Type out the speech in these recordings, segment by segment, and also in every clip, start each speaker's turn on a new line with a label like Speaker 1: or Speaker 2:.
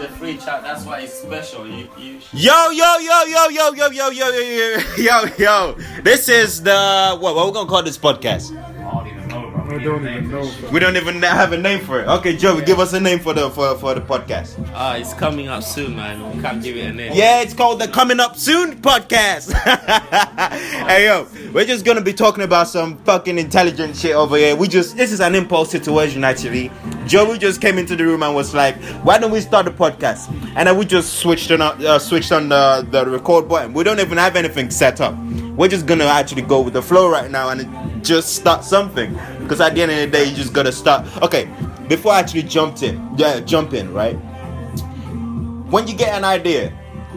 Speaker 1: The free chat, that's why it's special. You, you should-
Speaker 2: Yo, yo, yo, yo, yo, yo, yo, yo, yo, yo, yo, yo. This is the what? What we gonna call this podcast?
Speaker 1: I don't even know, bro.
Speaker 3: I
Speaker 1: We
Speaker 3: don't
Speaker 1: need a name
Speaker 3: even know.
Speaker 1: for this shit.
Speaker 2: We don't even have a name for it. Okay, Joe, give us a name for the for, for the podcast.
Speaker 1: Ah, it's coming up soon, man. We can't give it a name.
Speaker 2: Yeah, it's called the Coming Up Soon podcast. hey yo, we're just gonna be talking about some fucking intelligent shit over here. We just this is an impulse situation actually. Joey just came into the room and was like, "Why don't we start the podcast?" And then we just switched on uh, switched on the the record button. We don't even have anything set up. We're just gonna actually go with the flow right now and just start something. Because at the end of the day, you just gotta start. Okay, before I actually jumped in, yeah, jump in, right? when you get an idea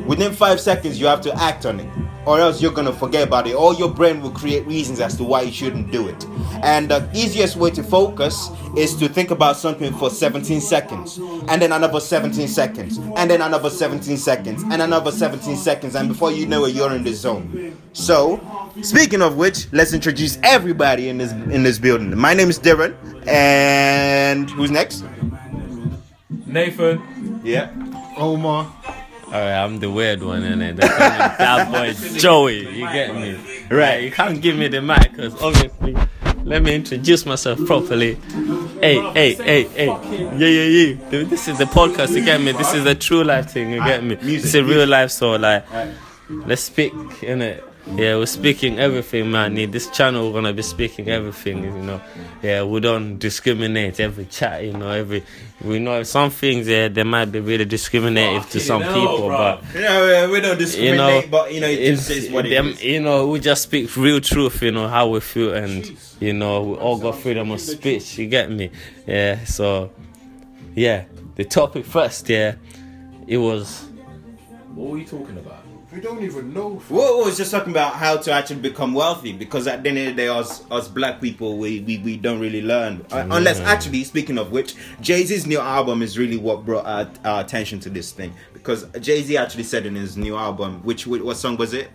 Speaker 2: within five seconds you have to act on it or else you're gonna forget about it or your brain will create reasons as to why you shouldn't do it and the easiest way to focus is to think about something for 17 seconds and then another 17 seconds and then another 17 seconds and another 17 seconds and before you know it you're in the zone so speaking of which let's introduce everybody in this in this building my name is darren and who's next
Speaker 4: Nathan.
Speaker 2: yeah
Speaker 3: Omar.
Speaker 4: Alright, I'm the weird one, innit? The that boy Joey, you get me? Right, you can't give me the mic because obviously, let me introduce myself properly. Hey, hey, hey, hey. Yeah, yeah, yeah. Th- This is the podcast, you get me? This is the true life thing, you get me?
Speaker 2: music,
Speaker 4: It's a real life, so like, let's speak, innit? Yeah, we're speaking everything, man. In This channel, we're gonna be speaking everything, you know. Yeah, we don't discriminate every chat, you know. Every we know some things, yeah, they might be really discriminative to some
Speaker 1: Fucking hell,
Speaker 4: people,
Speaker 1: bro.
Speaker 4: but
Speaker 2: You know, uh, we don't
Speaker 4: you
Speaker 2: discriminate,
Speaker 4: know,
Speaker 2: but you know, it
Speaker 4: it's-
Speaker 2: just is what
Speaker 4: them-
Speaker 2: it is.
Speaker 4: You know, we just speak real truth. You know how we feel, and you know, we all got freedom of speech. You get me? Yeah. So, yeah, the topic first. Yeah, it was.
Speaker 5: What were you talking about?
Speaker 3: We don't even know.
Speaker 2: We we was just talking about how to actually become wealthy because at the end of the day, us, us black people, we, we, we don't really learn. Uh,
Speaker 4: Mm.
Speaker 2: Unless, actually, speaking of which, Jay Z's new album is really what brought our, our attention to this thing because Jay Z actually said in his new album, which which- what song was it?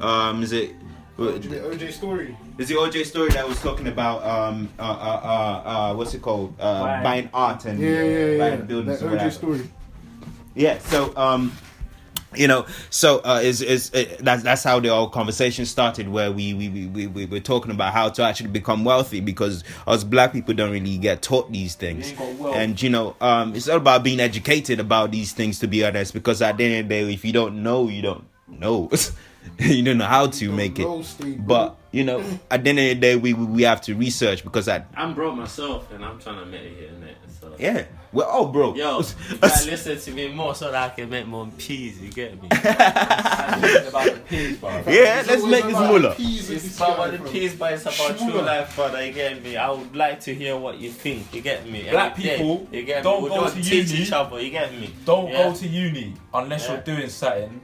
Speaker 2: Um, is it
Speaker 3: The OJ story.
Speaker 2: Is the OJ story that was talking about um uh uh uh, uh what's it called uh
Speaker 1: Buying.
Speaker 2: buying art and uh,
Speaker 3: Yeah, yeah, yeah.
Speaker 2: buying buildings
Speaker 3: That
Speaker 2: or whatever.
Speaker 3: OJ story.
Speaker 2: Yeah. So um, you know, so uh, is is uh, that's that's how the whole conversation started, where we we, we we we were talking about how to actually become wealthy because us black people don't really get taught these things,
Speaker 1: ain't got wealth.
Speaker 2: and you know, um, it's all about being educated about these things. To be honest, because at the end of the day, if you don't know, you don't know. you don't know how to
Speaker 3: don't
Speaker 2: make
Speaker 3: know,
Speaker 2: it,
Speaker 3: Steve.
Speaker 2: but you know, at the end of the day, we we we have to research because at
Speaker 4: I'm broke myself, and I'm trying to make it, innit? So.
Speaker 2: yeah, we're all broke.
Speaker 4: Yo, you gotta listen to me more so that I can make more peas. You get me?
Speaker 1: I'm talking about the peas, bro.
Speaker 2: yeah,
Speaker 3: It's
Speaker 2: let's
Speaker 3: always
Speaker 2: make this
Speaker 3: about
Speaker 2: moolah.
Speaker 3: peas in
Speaker 4: It's
Speaker 3: this
Speaker 4: about
Speaker 3: guy,
Speaker 4: the
Speaker 3: bro.
Speaker 4: peas, but it's about true
Speaker 3: Sure.
Speaker 4: life, brother. You get me? I would like to hear what you think. You get me?
Speaker 5: Black
Speaker 4: Every day,
Speaker 5: people
Speaker 4: you get me?
Speaker 5: don't
Speaker 4: we
Speaker 5: go
Speaker 4: don't
Speaker 5: to
Speaker 4: teach
Speaker 5: uni.
Speaker 4: each other. You get me?
Speaker 5: Don't
Speaker 4: Yeah.
Speaker 5: go to uni unless
Speaker 4: Yeah.
Speaker 5: you're doing something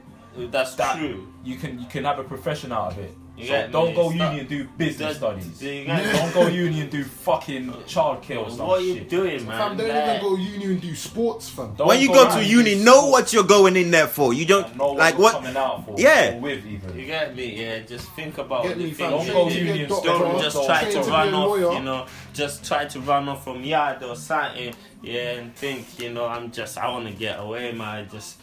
Speaker 4: That's
Speaker 5: that
Speaker 4: true.
Speaker 5: you can you can have a profession out of it.
Speaker 4: You
Speaker 5: So
Speaker 4: get
Speaker 5: don't
Speaker 4: me?
Speaker 5: go
Speaker 4: It's
Speaker 5: uni
Speaker 4: not-
Speaker 5: and do business
Speaker 4: Don't-
Speaker 5: studies.
Speaker 4: you get me?
Speaker 5: don't go uni and do fucking childcare or some
Speaker 4: What are you
Speaker 5: shit.
Speaker 4: doing,
Speaker 3: Fam,
Speaker 4: man?
Speaker 3: don't
Speaker 4: Like,
Speaker 3: even go uni and do sports, fam.
Speaker 5: Don't
Speaker 2: when you go
Speaker 5: around
Speaker 2: to
Speaker 5: and
Speaker 2: uni,
Speaker 5: do
Speaker 2: know
Speaker 5: sport
Speaker 2: what you're going in there for. You don't
Speaker 5: and know
Speaker 2: like
Speaker 5: you're
Speaker 2: what.
Speaker 5: coming out for
Speaker 2: Yeah.
Speaker 5: or with even.
Speaker 4: You get me? Yeah, just think about
Speaker 3: Get
Speaker 4: the
Speaker 3: me,
Speaker 4: things
Speaker 3: fam.
Speaker 5: Don't
Speaker 4: you
Speaker 5: go
Speaker 4: do.
Speaker 5: uni and
Speaker 3: Get
Speaker 5: stop.
Speaker 4: Don't
Speaker 3: doctor,
Speaker 4: just
Speaker 5: Don't
Speaker 4: try
Speaker 3: train
Speaker 4: to
Speaker 3: to be
Speaker 4: run
Speaker 3: a
Speaker 4: off,
Speaker 3: lawyer.
Speaker 4: you know. Just try to run off from yard or something, yeah, and think, you know, I'm just, I want to get away, man. Just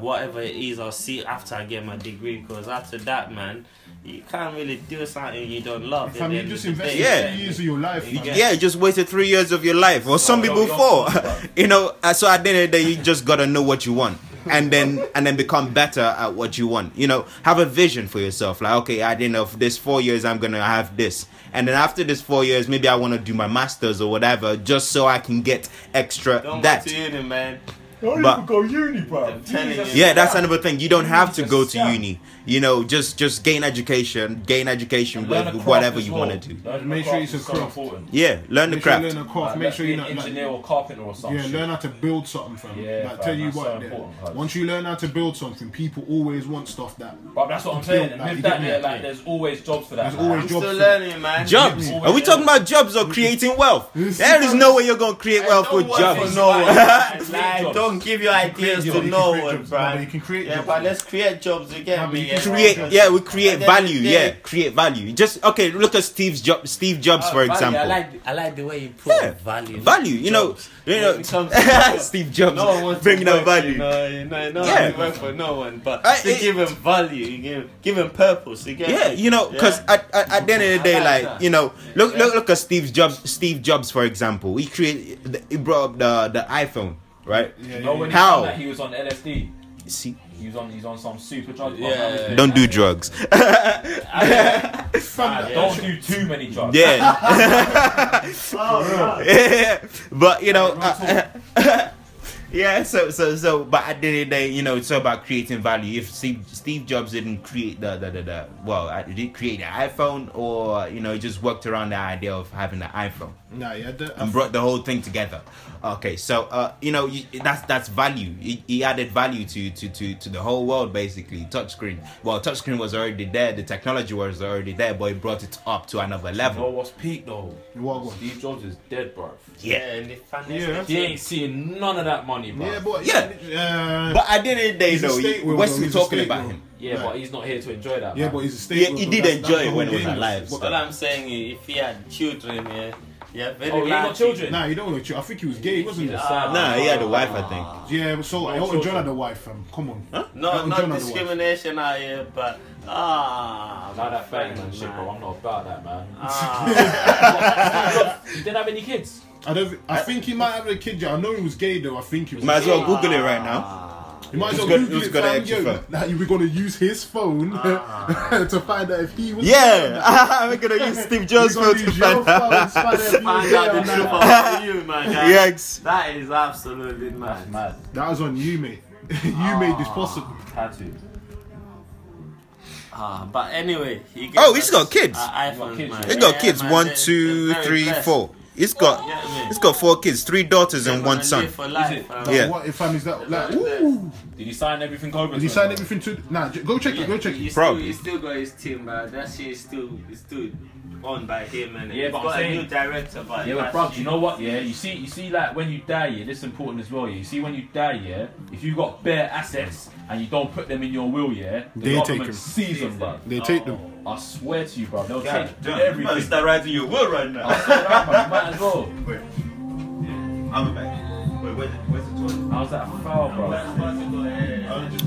Speaker 4: whatever it is, I'll see after I get my degree. Because after that, man, you can't really do something you don't love. at
Speaker 3: Fam,
Speaker 4: the
Speaker 3: you
Speaker 4: end
Speaker 3: just
Speaker 4: of the
Speaker 3: invest
Speaker 4: day.
Speaker 2: Yeah.
Speaker 3: yeah. years of your life,
Speaker 4: You
Speaker 3: fam.
Speaker 4: get-
Speaker 2: Yeah, you just wasted three years of your life, or some people four. you know, uh, so at the end of the day, you just gotta know what you want, and then and then become better at what you want. You know, have a vision for yourself. Like, okay, at the end of this four years, I'm gonna have this, and then after this four years, maybe I want to do my masters or whatever, just so I can get extra
Speaker 4: Don't
Speaker 2: that.
Speaker 4: go to uni, man.
Speaker 3: Don't
Speaker 2: But-
Speaker 3: even go uni, bro.
Speaker 4: I'm telling you.
Speaker 2: Yeah, that's another thing. You don't have to
Speaker 5: It's a
Speaker 2: go to
Speaker 5: scam.
Speaker 2: uni. You know, just just gain education, gain education
Speaker 5: Learn a
Speaker 2: with
Speaker 5: craft
Speaker 2: whatever
Speaker 5: as
Speaker 2: you
Speaker 5: well.
Speaker 2: want to do.
Speaker 5: Learn a
Speaker 3: Make sure
Speaker 5: craft
Speaker 3: it's a
Speaker 5: is so
Speaker 3: craft.
Speaker 5: important.
Speaker 2: Yeah, learn the
Speaker 3: Make sure you
Speaker 2: craft.
Speaker 3: learn a craft.
Speaker 5: Like,
Speaker 3: Make
Speaker 5: let's
Speaker 3: sure
Speaker 5: be
Speaker 3: you
Speaker 5: an
Speaker 3: know, like,
Speaker 5: engineer or carpenter or something.
Speaker 3: yeah, learn how to build something, fam.
Speaker 5: Yeah,
Speaker 3: like,
Speaker 5: fam,
Speaker 3: tell you
Speaker 5: that's
Speaker 3: what,
Speaker 5: so
Speaker 3: yeah,
Speaker 5: important, cuz.
Speaker 3: once you learn how to build something, people always want stuff that.
Speaker 5: But that's what I'm saying. And with that, there, like, there's always jobs for that.
Speaker 3: There's
Speaker 5: man.
Speaker 3: always
Speaker 4: I'm
Speaker 3: jobs.
Speaker 4: still
Speaker 3: for-
Speaker 4: learning, man.
Speaker 2: Jobs. Are we talking about jobs or creating wealth? There is no way you're gonna create
Speaker 4: And
Speaker 2: wealth
Speaker 4: don't
Speaker 2: with
Speaker 4: work for
Speaker 2: jobs.
Speaker 4: no one. Like,
Speaker 2: Don't
Speaker 1: don't give your ideas
Speaker 3: create
Speaker 1: to
Speaker 3: jobs.
Speaker 1: no
Speaker 3: You
Speaker 1: one,
Speaker 3: can create jobs. No, but
Speaker 1: Brian.
Speaker 3: you can create
Speaker 1: Yeah,
Speaker 3: jobs.
Speaker 1: but let's create jobs again.
Speaker 3: No, but you can
Speaker 2: create yeah we create
Speaker 1: At the end of
Speaker 2: value
Speaker 1: the
Speaker 2: yeah
Speaker 1: day- uh,
Speaker 2: create value just okay look at steve's job steve jobs for example
Speaker 1: I like, I like the way you put
Speaker 2: Yeah.
Speaker 1: value.
Speaker 2: value you know
Speaker 1: Jobs.
Speaker 2: you
Speaker 1: When
Speaker 2: know
Speaker 1: it comes to-
Speaker 2: steve jobs
Speaker 1: No one wants
Speaker 2: bringing
Speaker 1: to
Speaker 2: up
Speaker 1: work,
Speaker 2: value
Speaker 1: You know, you know, no
Speaker 2: Yeah.
Speaker 1: one to work for no one, but
Speaker 2: I-
Speaker 1: to
Speaker 2: it-
Speaker 1: give him value, you give, give him purpose. You get
Speaker 2: yeah
Speaker 1: me?
Speaker 2: you know because at, at, at the end of the day
Speaker 1: I
Speaker 2: like
Speaker 1: like that.
Speaker 2: you know look
Speaker 1: Yeah.
Speaker 2: look look at steve jobs steve jobs for example he create he brought up the the iphone right
Speaker 5: You know when he
Speaker 2: How?
Speaker 5: found out he was on LSD.
Speaker 2: see
Speaker 5: He was on. He's on some super drug.
Speaker 1: Yeah.
Speaker 2: don't do drugs
Speaker 5: Ah, Don't do too many drugs.
Speaker 2: yeah but you know uh, yeah so so so but at the end of the day you know it's all about creating value if steve, steve jobs didn't create the, the, the, the well uh, did create the iphone or you know just worked around the idea of having an iphone
Speaker 3: Nah, yeah, the,
Speaker 2: and brought the whole thing together. Okay, so uh, you know you, that's that's value. He, he added value to, to to to the whole world basically. Touchscreen. Well, touchscreen was already there. The technology was already there, but he brought it up to another
Speaker 5: You know
Speaker 2: level.
Speaker 5: Oh, what's peak though?
Speaker 3: What one?
Speaker 5: Steve Jobs is dead, bro.
Speaker 2: Yeah.
Speaker 1: and the funniest
Speaker 3: Yeah.
Speaker 5: He ain't seeing none of that money, bro.
Speaker 3: yeah, but
Speaker 2: Yeah.
Speaker 3: yeah, uh,
Speaker 2: But at the end of the day,
Speaker 3: he's a
Speaker 2: though,
Speaker 3: state
Speaker 2: he-
Speaker 3: will,
Speaker 2: Wes
Speaker 3: though,
Speaker 2: was
Speaker 3: he's a
Speaker 2: talking
Speaker 3: state
Speaker 2: about
Speaker 3: will.
Speaker 2: him.
Speaker 5: Yeah, but he's not here to enjoy that.
Speaker 3: Yeah,
Speaker 5: man.
Speaker 3: but he's a state.
Speaker 2: Yeah,
Speaker 3: will,
Speaker 2: he
Speaker 3: though.
Speaker 2: did
Speaker 3: That's-
Speaker 2: enjoy
Speaker 3: that's
Speaker 2: it
Speaker 3: the
Speaker 2: when he
Speaker 3: whole
Speaker 2: was
Speaker 3: game.
Speaker 2: alive,
Speaker 3: But-
Speaker 2: so-
Speaker 1: All I'm saying is, if he had children, yeah, yeah, very
Speaker 5: Oh, he ain't got
Speaker 1: lucky.
Speaker 5: children.
Speaker 3: Nah, he don't look. I think he was gay, wasn't he?
Speaker 5: He's a sad
Speaker 2: Nah,
Speaker 5: man.
Speaker 2: he had a wife, I think.
Speaker 3: Yeah, so I Elton John had a wife, fam. Come on.
Speaker 1: No, not
Speaker 3: Elton John had a wife.
Speaker 1: discrimination out here, but ah,
Speaker 5: Nah, that
Speaker 1: man,
Speaker 5: bang man shit, bro.
Speaker 1: man.
Speaker 5: I'm not about that, man.
Speaker 1: Ah,
Speaker 5: You didn't have any kids.
Speaker 3: I don't. thi- I think he might have a kid. Yeah, I know he was gay though. I think he was.
Speaker 2: Might as well Google it right now.
Speaker 3: you might as
Speaker 2: He's
Speaker 3: well
Speaker 2: got-
Speaker 3: Google
Speaker 2: he's
Speaker 3: it,
Speaker 2: got an
Speaker 3: fam,
Speaker 2: extra
Speaker 3: yo.
Speaker 2: phone.
Speaker 3: Now you were gonna use his phone
Speaker 1: Ah.
Speaker 3: to find out if he was.
Speaker 2: Yeah, I'm gonna use Steve
Speaker 3: We're
Speaker 2: Jobs
Speaker 3: gonna
Speaker 2: photo to
Speaker 3: use your
Speaker 2: find
Speaker 3: phone
Speaker 2: out.
Speaker 3: to find out if he was
Speaker 1: find
Speaker 3: gay
Speaker 1: out the
Speaker 3: or
Speaker 1: truth
Speaker 3: not.
Speaker 1: about you, my guy.
Speaker 2: Yikes.
Speaker 1: That is absolutely mad. mad.
Speaker 3: That was on you, mate. you made this possible.
Speaker 5: Had to.
Speaker 1: Ah, but anyway, he
Speaker 2: Oh,
Speaker 1: gave us
Speaker 2: he's got kids.
Speaker 1: a iPhone,
Speaker 5: He's got
Speaker 1: man.
Speaker 2: He's got
Speaker 1: Yeah,
Speaker 2: kids.
Speaker 1: man,
Speaker 2: One,
Speaker 1: they're-
Speaker 2: two,
Speaker 1: they're very
Speaker 2: three,
Speaker 1: blessed.
Speaker 2: four. He's got
Speaker 1: Yeah, man.
Speaker 2: he's got four kids, three daughters and one
Speaker 1: Gonna
Speaker 2: son.
Speaker 1: live for life,
Speaker 5: Is it?
Speaker 1: man.
Speaker 3: Like,
Speaker 2: Yeah.
Speaker 3: What if fam is that? Like,
Speaker 1: Yeah.
Speaker 3: ooh.
Speaker 5: Did he sign everything over?
Speaker 3: Did he sign everything to? Nah, j- go check it. Go check
Speaker 1: He
Speaker 3: it.
Speaker 1: still,
Speaker 2: Probably.
Speaker 1: he still got his team, but that shit is still is still on by him, and
Speaker 5: Yeah,
Speaker 1: he's
Speaker 5: but I'm
Speaker 1: got a
Speaker 5: saying-
Speaker 1: new director, but
Speaker 5: Yeah,
Speaker 1: that's-
Speaker 5: but bro, you know what? Yeah, you see, you see, like when you die, yeah, this is important as well. Yeah, you see, when you die, yeah, if you got bare assets and you don't put them in your will, yeah, the
Speaker 3: They take
Speaker 5: government
Speaker 3: them.
Speaker 5: seize them, bro.
Speaker 3: They take them.
Speaker 5: I swear to you, bro, they'll
Speaker 1: Yeah,
Speaker 5: take
Speaker 1: yeah, you
Speaker 5: everything.
Speaker 1: must start writing your will right now.
Speaker 5: I swear to God, bro, you might as well.
Speaker 2: I'm back. Wait, where's where's the toilet?
Speaker 5: How's that foul, bro?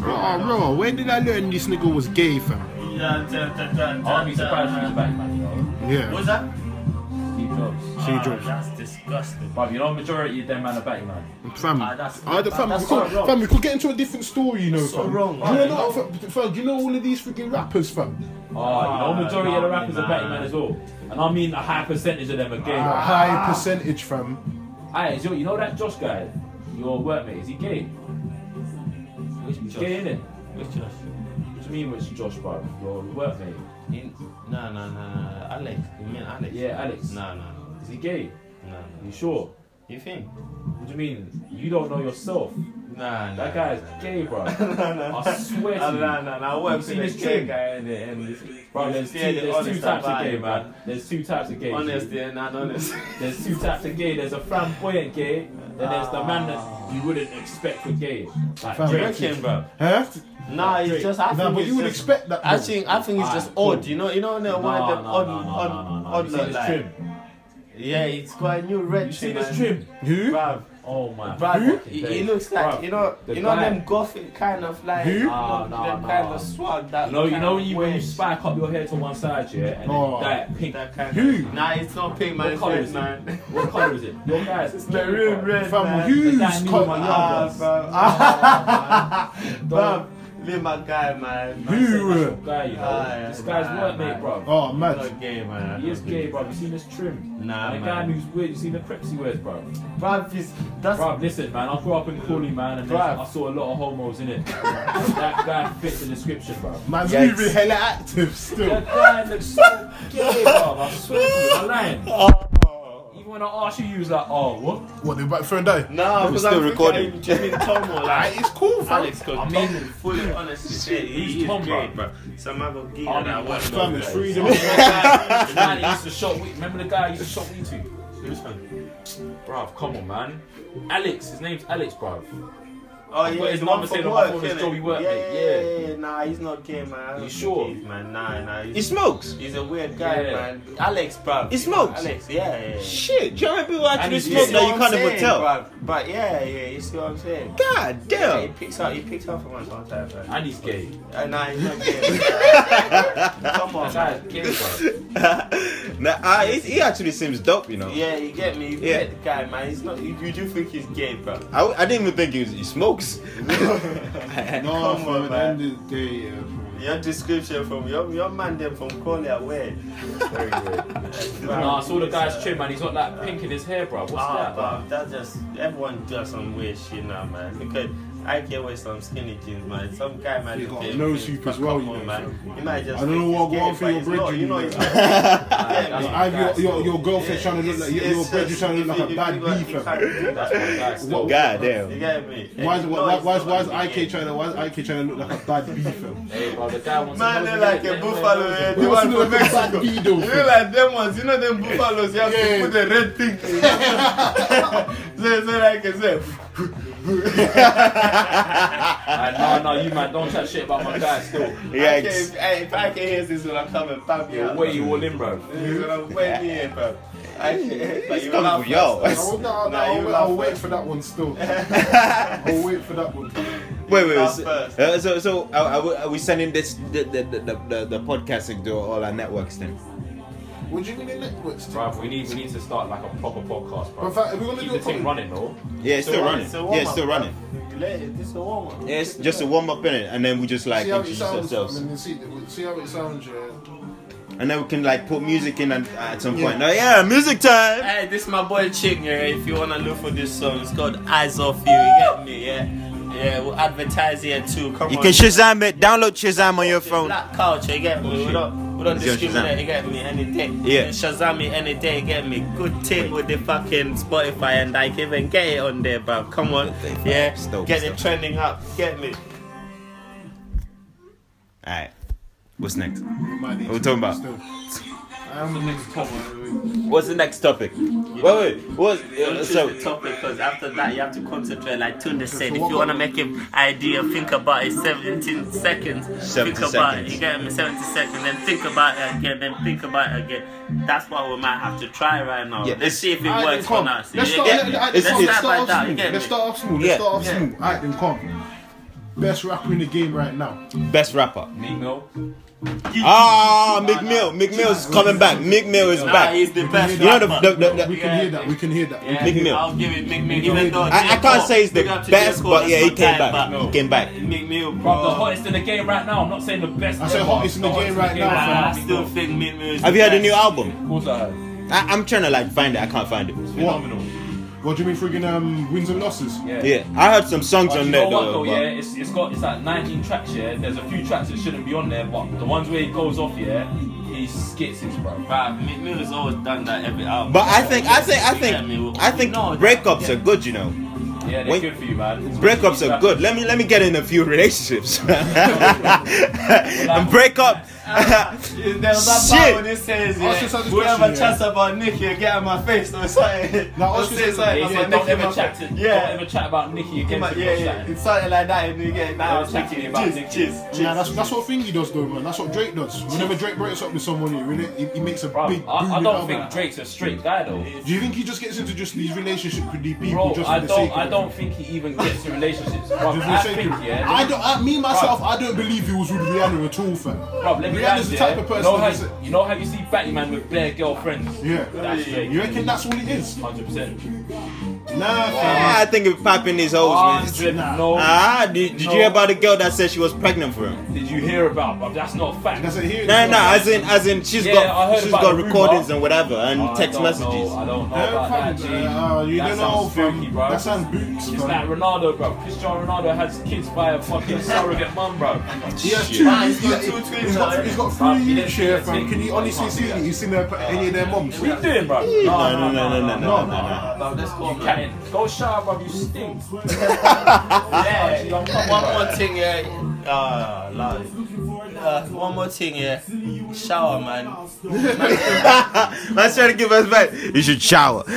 Speaker 3: Oh, bro, where did I learn this nigga was gay, fam?
Speaker 5: I'll be surprised if he's back, man.
Speaker 3: Yeah.
Speaker 1: What's that? Ah,
Speaker 5: Bro. Steve Jobs.
Speaker 3: Steve Jobs.
Speaker 1: That's disgusting.
Speaker 5: Bro, you know, majority of them man are back, man.
Speaker 3: Fam,
Speaker 1: Ah, that's-
Speaker 3: I had a fam,
Speaker 5: that's
Speaker 3: we could,
Speaker 5: so wrong.
Speaker 3: fam, we could get into a different story, you know,
Speaker 1: so
Speaker 3: fam.
Speaker 1: wrong.
Speaker 3: Do you know, what, fam, fam, do you know all of these freaking rappers, fam?
Speaker 5: Oh, you know, majority of the rappers
Speaker 1: Ah, nah,
Speaker 5: are back, man, as well. And I mean a high percentage of them are gay,
Speaker 3: A
Speaker 1: Ah.
Speaker 5: bro.
Speaker 3: high percentage, fam.
Speaker 5: Hey, is your, you know that Josh guy, your workmate, is he gay?
Speaker 1: Which
Speaker 5: He's gay, innit?
Speaker 1: Which Josh?
Speaker 5: What do you mean, which Josh, bro? Your workmate.
Speaker 1: In, no, no, no, no. Alex. You mean Alex?
Speaker 5: Yeah, Alex.
Speaker 1: No, no, no.
Speaker 5: Is he gay?
Speaker 1: No,
Speaker 5: You
Speaker 1: no.
Speaker 5: sure?
Speaker 1: You think?
Speaker 5: What do you mean? You don't know yourself.
Speaker 1: Nah, nah.
Speaker 5: That guy is gay, bro. I swear
Speaker 1: Nah, nah,
Speaker 5: to you.
Speaker 1: nah, nah. I work
Speaker 5: You
Speaker 1: for
Speaker 5: see
Speaker 1: this
Speaker 5: this
Speaker 1: gay
Speaker 5: trim?
Speaker 1: guy and and this.
Speaker 5: Bro, there's two,
Speaker 1: Yeah, the
Speaker 5: there's two
Speaker 1: honest
Speaker 5: types of
Speaker 1: about
Speaker 5: gay,
Speaker 1: it,
Speaker 5: man. There's two types of gay.
Speaker 1: Honest and not honest.
Speaker 5: There's two types of gay. There's a flamboyant gay, and there's the man that you wouldn't expect for gay. Like
Speaker 3: Fam,
Speaker 5: Drake.
Speaker 1: Reckon, bro.
Speaker 3: Huh?
Speaker 1: Nah, it's
Speaker 5: Drake.
Speaker 1: just. I
Speaker 3: Nah,
Speaker 1: think
Speaker 3: but
Speaker 1: it's
Speaker 3: you would
Speaker 1: just-
Speaker 3: expect that.
Speaker 1: I
Speaker 3: though.
Speaker 1: think I think it's just
Speaker 5: Alright,
Speaker 1: odd, you know, you know, no, one of
Speaker 5: No, no,
Speaker 1: them
Speaker 5: no,
Speaker 1: odd,
Speaker 5: no, no,
Speaker 1: odd,
Speaker 5: no, no. You
Speaker 1: odd,
Speaker 5: see
Speaker 1: look
Speaker 5: this
Speaker 1: like.
Speaker 5: trim?
Speaker 1: Yeah, it's quite new red.
Speaker 5: You see this trim?
Speaker 3: Who?
Speaker 1: Bruv,
Speaker 5: Oh my
Speaker 1: bruv,
Speaker 5: fucking
Speaker 1: he, he
Speaker 5: days.
Speaker 1: looks like
Speaker 5: Bruv,
Speaker 1: you know,
Speaker 5: the
Speaker 1: you know
Speaker 5: guy-
Speaker 1: them gothic kind of like,
Speaker 3: Who?
Speaker 1: you know,
Speaker 5: Ah, nah,
Speaker 1: them
Speaker 5: nah.
Speaker 1: kind of swag that.
Speaker 5: You know, you
Speaker 1: kind
Speaker 5: know
Speaker 1: of
Speaker 5: when you, when you
Speaker 1: wedge,
Speaker 5: spike up your hair to one side, yeah, and then
Speaker 3: Oh.
Speaker 5: that pink.
Speaker 1: that kind
Speaker 3: Who?
Speaker 1: Of, nah, it's not pink, man.
Speaker 5: What
Speaker 1: It's
Speaker 5: colour
Speaker 1: red,
Speaker 5: is it?
Speaker 1: man.
Speaker 5: What color is it? Your guys,
Speaker 1: It's maroon red,
Speaker 3: Fam,
Speaker 1: man.
Speaker 5: The guy
Speaker 3: who's
Speaker 5: knew
Speaker 3: cut-
Speaker 5: my
Speaker 1: Ah,
Speaker 5: yard was.
Speaker 1: bruv. Ah,
Speaker 5: Dog.
Speaker 1: bruv, leave my guy, man. Man,
Speaker 3: Who?
Speaker 1: say
Speaker 5: Guy, you know,
Speaker 1: Ah, yeah,
Speaker 5: this guy's
Speaker 1: nah, nah.
Speaker 5: workmate, bro.
Speaker 3: Oh,
Speaker 1: that's
Speaker 3: mad.
Speaker 1: Not gay, man.
Speaker 5: He is gay, bro. You seen this trim?
Speaker 1: Nah,
Speaker 5: and the guy
Speaker 1: man.
Speaker 5: who's weird. You seen the creps he wears, bro.
Speaker 1: Bruv, is that's
Speaker 5: Bro, listen, man. I grew up in Crawley, man, and
Speaker 1: Bruv.
Speaker 5: I saw a lot of homos in it. that guy fits the description, bro.
Speaker 3: Man's
Speaker 2: Yikes.
Speaker 3: even hella active still.
Speaker 5: That guy looks so gay, bro. I swear to you, I'm lying.
Speaker 1: Oh.
Speaker 5: Even when I asked you, you was like, oh, what?
Speaker 3: What, they back for a day?
Speaker 1: No, because
Speaker 2: still
Speaker 1: I'm
Speaker 2: recording.
Speaker 1: recording. Jimmy Tomo, like
Speaker 3: It's cool, fam.
Speaker 1: Alex could I mean, fully honest. shit, He is
Speaker 5: Tom,
Speaker 1: great,
Speaker 5: bro.
Speaker 1: bro. Some other geek
Speaker 5: Oh,
Speaker 1: that I
Speaker 5: no,
Speaker 1: watch.
Speaker 5: what?
Speaker 3: Fam, it's freedom.
Speaker 5: the guy that used to shot weed. Remember the guy who used to shot weed to? Bruv, come on, man. Alex, his name's Alex, bruv.
Speaker 2: Oh,
Speaker 5: I've
Speaker 2: yeah,
Speaker 5: got his
Speaker 2: the
Speaker 5: number
Speaker 2: one
Speaker 5: saying
Speaker 2: from
Speaker 5: I'm on
Speaker 2: work,
Speaker 5: this
Speaker 2: innit?
Speaker 5: job he worked,
Speaker 2: yeah,
Speaker 5: mate.
Speaker 2: yeah,
Speaker 5: Yeah.
Speaker 2: yeah, Nah, he's not gay, man. I don't think
Speaker 5: sure?
Speaker 2: he is, man, nah, nah. He's,
Speaker 1: He
Speaker 2: smokes.
Speaker 1: He's a weird guy,
Speaker 5: Yeah.
Speaker 1: man. Alex, bruv.
Speaker 2: He smokes?
Speaker 1: Alex, yeah, yeah. yeah.
Speaker 2: Shit, do you remember people
Speaker 5: And
Speaker 2: actually
Speaker 5: he's-
Speaker 2: smoke
Speaker 5: you see
Speaker 2: that
Speaker 1: what
Speaker 2: you
Speaker 1: I'm
Speaker 2: can't even
Speaker 1: saying,
Speaker 2: tell?
Speaker 1: bruv? But yeah, yeah, you see what I'm saying?
Speaker 2: God
Speaker 1: Yeah, he
Speaker 2: damn.
Speaker 1: picks up. He picks up from us all the time, man.
Speaker 5: And he's gay.
Speaker 1: Uh, nah, he's not gay. Come on, Oh, man.
Speaker 5: That's gay, bro.
Speaker 2: Nah, ah, he, he actually seems dope, you know.
Speaker 1: Yeah, you get me. You
Speaker 2: Yeah.
Speaker 1: get the guy, man. He's not. You, you do think he's gay, bro?
Speaker 2: I, I didn't even think he, was- he smokes.
Speaker 3: No,
Speaker 1: Come
Speaker 3: fam,
Speaker 1: on,
Speaker 3: at the
Speaker 1: man.
Speaker 3: end of the day, yeah, fam.
Speaker 1: Your description from your your man them from Cornell, where? Very weird.
Speaker 5: Nah, I saw the guy's trim, man. He's got like pink in his hair, bro. What's
Speaker 1: Ah,
Speaker 5: that? bro?
Speaker 1: but that's just everyone does some weird shit now, man. Because I can wear some skinny jeans, man. Some guy might
Speaker 3: You
Speaker 1: look
Speaker 3: got
Speaker 1: at
Speaker 3: no
Speaker 1: me,
Speaker 3: soup
Speaker 1: but
Speaker 3: as well,
Speaker 1: come
Speaker 3: you
Speaker 1: on,
Speaker 3: know,
Speaker 1: man.
Speaker 3: so-
Speaker 1: You might just
Speaker 3: I don't
Speaker 1: think
Speaker 3: know what
Speaker 1: he's gay,
Speaker 3: going for
Speaker 1: but
Speaker 3: your
Speaker 1: he's
Speaker 3: bread
Speaker 1: not,
Speaker 3: you
Speaker 1: You know,
Speaker 3: need,
Speaker 1: he's
Speaker 3: man.
Speaker 1: Yeah,
Speaker 5: That's
Speaker 1: man.
Speaker 3: I have your,
Speaker 1: Guys,
Speaker 3: your, your girlfriend
Speaker 1: yeah,
Speaker 3: trying to look like your,
Speaker 1: it's-
Speaker 3: your
Speaker 1: it's
Speaker 3: bread, you're
Speaker 1: just-
Speaker 3: trying to look like a
Speaker 1: you-
Speaker 3: bad
Speaker 1: you got-
Speaker 3: beef.
Speaker 1: you
Speaker 3: fam.
Speaker 1: can't do
Speaker 5: That's
Speaker 1: that.
Speaker 5: my guy still.
Speaker 3: What-
Speaker 2: God
Speaker 1: You
Speaker 2: damn.
Speaker 1: get me?
Speaker 3: Why is,
Speaker 1: No,
Speaker 3: why,
Speaker 1: it's
Speaker 3: why, is,
Speaker 1: not
Speaker 3: why is
Speaker 1: gonna be
Speaker 3: IK
Speaker 1: gay.
Speaker 3: trying to why is IK trying to look like a bad beef? fam?
Speaker 5: Hey, bro, the guy wants
Speaker 1: Man,
Speaker 5: to
Speaker 1: they're like a buffalo. eh,
Speaker 3: He
Speaker 1: The
Speaker 3: wants
Speaker 1: one
Speaker 3: to look
Speaker 1: from
Speaker 3: like a bad
Speaker 1: Mexico.
Speaker 3: beetle,
Speaker 1: You
Speaker 3: fam.
Speaker 1: know, like them ones, you know, them buffaloes, you have
Speaker 3: Yeah.
Speaker 1: to put the red thing. so, so, like I said,
Speaker 5: Ah, Nah, nah, you, man, don't chat shit about my guy still.
Speaker 1: I can,
Speaker 2: Yikes.
Speaker 1: if, I- if I can hear this when I come and pump you,
Speaker 5: You're
Speaker 1: out.
Speaker 5: way you all in, bro.
Speaker 1: He's gonna wait me in, bro. I can, but
Speaker 2: He's
Speaker 1: you
Speaker 2: coming
Speaker 1: laugh
Speaker 2: for y'all.
Speaker 3: I wonder- I'll,
Speaker 1: Nah, you
Speaker 3: I'll,
Speaker 1: laugh
Speaker 3: I'll wait
Speaker 1: first.
Speaker 3: for that one still. I'll wait for that one.
Speaker 2: Wait, wait, wait.
Speaker 1: Laugh
Speaker 2: So,
Speaker 1: first.
Speaker 2: uh, so, so are, are we- are we sending this the the the, the, the, the podcasting to all our networks then?
Speaker 3: What do you mean the networks? team?
Speaker 5: Bro, we need we need to start like a proper podcast, bro.
Speaker 3: In fact, if we're gonna
Speaker 5: Keep
Speaker 3: do a
Speaker 5: the thing
Speaker 3: podcast-
Speaker 5: running, though.
Speaker 2: Yeah, it's still
Speaker 1: It's a
Speaker 2: running.
Speaker 1: warm-up,
Speaker 2: Yeah, it's still
Speaker 1: bro.
Speaker 2: running.
Speaker 1: You let it- This is a warm up.
Speaker 2: Yeah, it's just a warm up in it, and then we just like
Speaker 3: see how it
Speaker 2: introduce
Speaker 3: sounds. I
Speaker 2: ourselves,
Speaker 3: mean, see, see how it sounds. Yeah.
Speaker 2: and then we can like put music in and, at some
Speaker 3: Yeah.
Speaker 2: point. Oh yeah, music time.
Speaker 1: Hey, this is my boy Ching. Yeah, if you wanna look for this song, it's called Eyes Off You. You get me? Yeah, yeah. We'll advertise here too. Come
Speaker 2: You
Speaker 1: on.
Speaker 2: can Shazam it. Download Shazam on your phone.
Speaker 1: Black culture, you get me? We don't, we don't
Speaker 2: It's your Shazam.
Speaker 1: discriminate, you get me? Any day.
Speaker 2: Yeah.
Speaker 1: Shazam it any day, you get me? Good thing with the fucking Spotify and I can even get it on there, bro. Come on. Yeah.
Speaker 2: Stop,
Speaker 1: get
Speaker 2: stop.
Speaker 1: it trending up, get me?
Speaker 2: All right, what's next?
Speaker 3: What
Speaker 2: we talking about?
Speaker 3: I'm the next topic.
Speaker 2: What's the next topic? Wait, wait. What?
Speaker 1: Don't
Speaker 2: Uh,
Speaker 1: choose
Speaker 2: so
Speaker 1: the topic because after that you have to concentrate. Like Tunde said, if
Speaker 3: what-
Speaker 1: you want to make an idea, think about it 17 seconds.
Speaker 2: 70
Speaker 1: think about it,
Speaker 2: seconds.
Speaker 1: you get me? 70 seconds. Then think about it again. Then think about it again. That's what we might have to try right now.
Speaker 2: Yeah.
Speaker 1: Let's see if it
Speaker 3: Alright, then
Speaker 1: works
Speaker 3: come.
Speaker 1: on us.
Speaker 3: Let's
Speaker 1: You
Speaker 3: start.
Speaker 1: get
Speaker 3: Let,
Speaker 1: me?
Speaker 3: let,
Speaker 2: It's-
Speaker 3: let's,
Speaker 2: it's-
Speaker 3: start
Speaker 1: like
Speaker 3: off
Speaker 1: that, you
Speaker 3: smooth.
Speaker 1: get
Speaker 3: Let's
Speaker 1: me?
Speaker 3: start off smooth.
Speaker 2: Yeah.
Speaker 3: Let's start off
Speaker 1: Yeah.
Speaker 3: smooth. Alright, then come. Best rapper in the game right now.
Speaker 2: best rapper.
Speaker 5: Meat milk.
Speaker 2: Ah, McMill. McMill's coming back. McMill is
Speaker 1: Nah,
Speaker 2: back.
Speaker 1: he's the best.
Speaker 2: You know the,
Speaker 1: rapper.
Speaker 2: the, the, the-
Speaker 3: We can hear that. We can hear that.
Speaker 1: Yeah,
Speaker 2: Meek Mill.
Speaker 1: I'll give it Mick Mill. Even though
Speaker 2: I, I
Speaker 1: J.
Speaker 2: can't
Speaker 1: Cole-
Speaker 2: say he's the
Speaker 1: big up to
Speaker 2: best,
Speaker 1: J. Cole,
Speaker 2: but
Speaker 1: that's
Speaker 2: yeah, he
Speaker 1: my
Speaker 2: came
Speaker 1: guy,
Speaker 2: back.
Speaker 1: but
Speaker 2: He came Oh. back.
Speaker 1: Mick Mill, bro.
Speaker 5: Bro, the hottest in the game right now. I'm not saying the best.
Speaker 3: I said
Speaker 5: ever.
Speaker 3: hottest in the game right
Speaker 5: in
Speaker 3: now, fam.
Speaker 1: I
Speaker 5: Meat
Speaker 1: still
Speaker 5: Milk.
Speaker 1: think Mick Mill is
Speaker 2: Have
Speaker 1: the
Speaker 2: you heard the
Speaker 1: best.
Speaker 2: new album?
Speaker 5: Of course I have.
Speaker 2: I, I'm trying to like find it. I can't find it.
Speaker 5: Phenomenal.
Speaker 3: What do you mean, friggin' um, wins and losses?
Speaker 5: Yeah.
Speaker 2: Yeah, I heard some songs
Speaker 5: But
Speaker 2: on
Speaker 5: you know
Speaker 2: there
Speaker 5: what
Speaker 2: though.
Speaker 5: though,
Speaker 2: but-
Speaker 5: yeah, it's, it's got it's like 19 tracks, yeah. There's a few tracks that shouldn't be on there, but the ones where he goes off, yeah, he skits his bro.
Speaker 1: Bruh, Mick Mill has always done that every album.
Speaker 2: But I think, I think, I
Speaker 1: Yeah, mean,
Speaker 2: think, I think
Speaker 1: no,
Speaker 2: breakups
Speaker 1: yeah.
Speaker 2: are good. You know,
Speaker 5: Yeah, they're
Speaker 2: Wait.
Speaker 5: good for you, man.
Speaker 2: breakups are good. Let me let me get in a few relationships. and break up.
Speaker 1: There was that
Speaker 2: Shit.
Speaker 1: part when it says,
Speaker 3: Ask yourself
Speaker 1: yeah,
Speaker 3: this
Speaker 1: whoever
Speaker 3: question, yeah.
Speaker 1: chats about Nick, you get on my face or something.
Speaker 3: Now,
Speaker 1: Or
Speaker 3: ask
Speaker 1: say
Speaker 3: yourself-
Speaker 1: something
Speaker 5: Yeah,
Speaker 1: about
Speaker 5: yeah,
Speaker 1: Nick
Speaker 5: don't
Speaker 1: in
Speaker 5: ever
Speaker 1: my
Speaker 5: chat.
Speaker 1: face.
Speaker 5: To,
Speaker 1: Yeah.
Speaker 5: Don't ever chat about Nikki
Speaker 1: Yeah,
Speaker 5: again.
Speaker 1: man,
Speaker 5: to
Speaker 1: yeah,
Speaker 5: Josh,
Speaker 1: yeah.
Speaker 5: like.
Speaker 1: It's something like that, and you get now
Speaker 5: Yeah, chatting
Speaker 1: Nicky,
Speaker 5: about
Speaker 1: cheers,
Speaker 5: Nicky.
Speaker 1: cheers,
Speaker 3: Nah, that's
Speaker 1: cheers.
Speaker 3: that's what Thingy does though, man. That's what Drake does. Whenever Drake breaks up with someone, he really he, he makes a
Speaker 5: Bro,
Speaker 3: big.
Speaker 5: I, I
Speaker 3: booming
Speaker 5: don't
Speaker 3: album.
Speaker 5: think Drake's a straight guy though.
Speaker 3: Do you think he just gets into just these relationships with these people
Speaker 5: Bro,
Speaker 3: just for
Speaker 5: I
Speaker 3: the
Speaker 5: don't,
Speaker 3: sake
Speaker 5: I
Speaker 3: of
Speaker 5: don't think he even gets in relationships. Bro,
Speaker 3: Just for
Speaker 5: I
Speaker 3: the sake
Speaker 5: think
Speaker 3: of-
Speaker 5: yeah.
Speaker 3: I don't. I, me myself, I don't believe he was with Rihanna at all, fam.
Speaker 5: Bro, let me
Speaker 3: Rihanna's
Speaker 5: land,
Speaker 3: the
Speaker 5: yeah.
Speaker 3: type of person.
Speaker 5: you, know
Speaker 3: that's-
Speaker 5: how, you know how you see Batman with Blair girlfriends?
Speaker 3: Yeah.
Speaker 5: That's Drake.
Speaker 3: you reckon that's all it is?
Speaker 5: Hundred percent.
Speaker 3: Nah,
Speaker 2: Yeah,
Speaker 3: fam.
Speaker 2: I think it's popping his hoes, man.
Speaker 5: Hundred. Um, No.
Speaker 2: Ah, did, did you hear about the girl that said she was pregnant for him?
Speaker 5: Did you hear about? Bro, that's not a fact.
Speaker 3: That's it here.
Speaker 2: No, no, as in, as in, she's
Speaker 5: Yeah, I
Speaker 2: got,
Speaker 5: heard
Speaker 2: she's
Speaker 5: about
Speaker 2: got
Speaker 5: the rumor.
Speaker 2: recordings and whatever, and
Speaker 5: I
Speaker 2: text
Speaker 5: don't
Speaker 2: messages.
Speaker 5: Know, I don't know
Speaker 3: Yeah,
Speaker 5: about
Speaker 3: fam,
Speaker 5: that, G.
Speaker 3: uh, you
Speaker 5: that
Speaker 3: don't
Speaker 5: sounds
Speaker 3: know, fam.
Speaker 5: spooky, bro.
Speaker 3: That sounds boots,
Speaker 5: it's
Speaker 3: fam.
Speaker 5: like Ronaldo, bro. Cristiano Ronaldo has kids by a fucking surrogate mum, bro.
Speaker 3: He has
Speaker 2: Shit.
Speaker 3: two.
Speaker 1: Nah,
Speaker 3: he's
Speaker 1: he's
Speaker 3: got
Speaker 1: got two twins,
Speaker 3: He's got,
Speaker 1: man.
Speaker 3: he's got
Speaker 5: Nah,
Speaker 3: three
Speaker 5: he
Speaker 3: each
Speaker 5: didn't
Speaker 3: here,
Speaker 5: do
Speaker 3: fam.
Speaker 5: that.
Speaker 3: Can you honestly
Speaker 5: Can't do
Speaker 3: see that
Speaker 5: that.
Speaker 3: you've seen their, any of their moms?
Speaker 5: What are you doing, bro? No,
Speaker 2: No, no, no, no, no, no, no,
Speaker 1: Bro, let's go,
Speaker 5: You
Speaker 1: man.
Speaker 5: can't. Go shower, bro. You stink.
Speaker 1: Yeah.
Speaker 5: Come on,
Speaker 1: One
Speaker 5: bro.
Speaker 1: more thing, yeah. Ah, love. uh, one more thing, yeah. Shower, man.
Speaker 2: Let's try to give us back. You should shower.
Speaker 1: I'm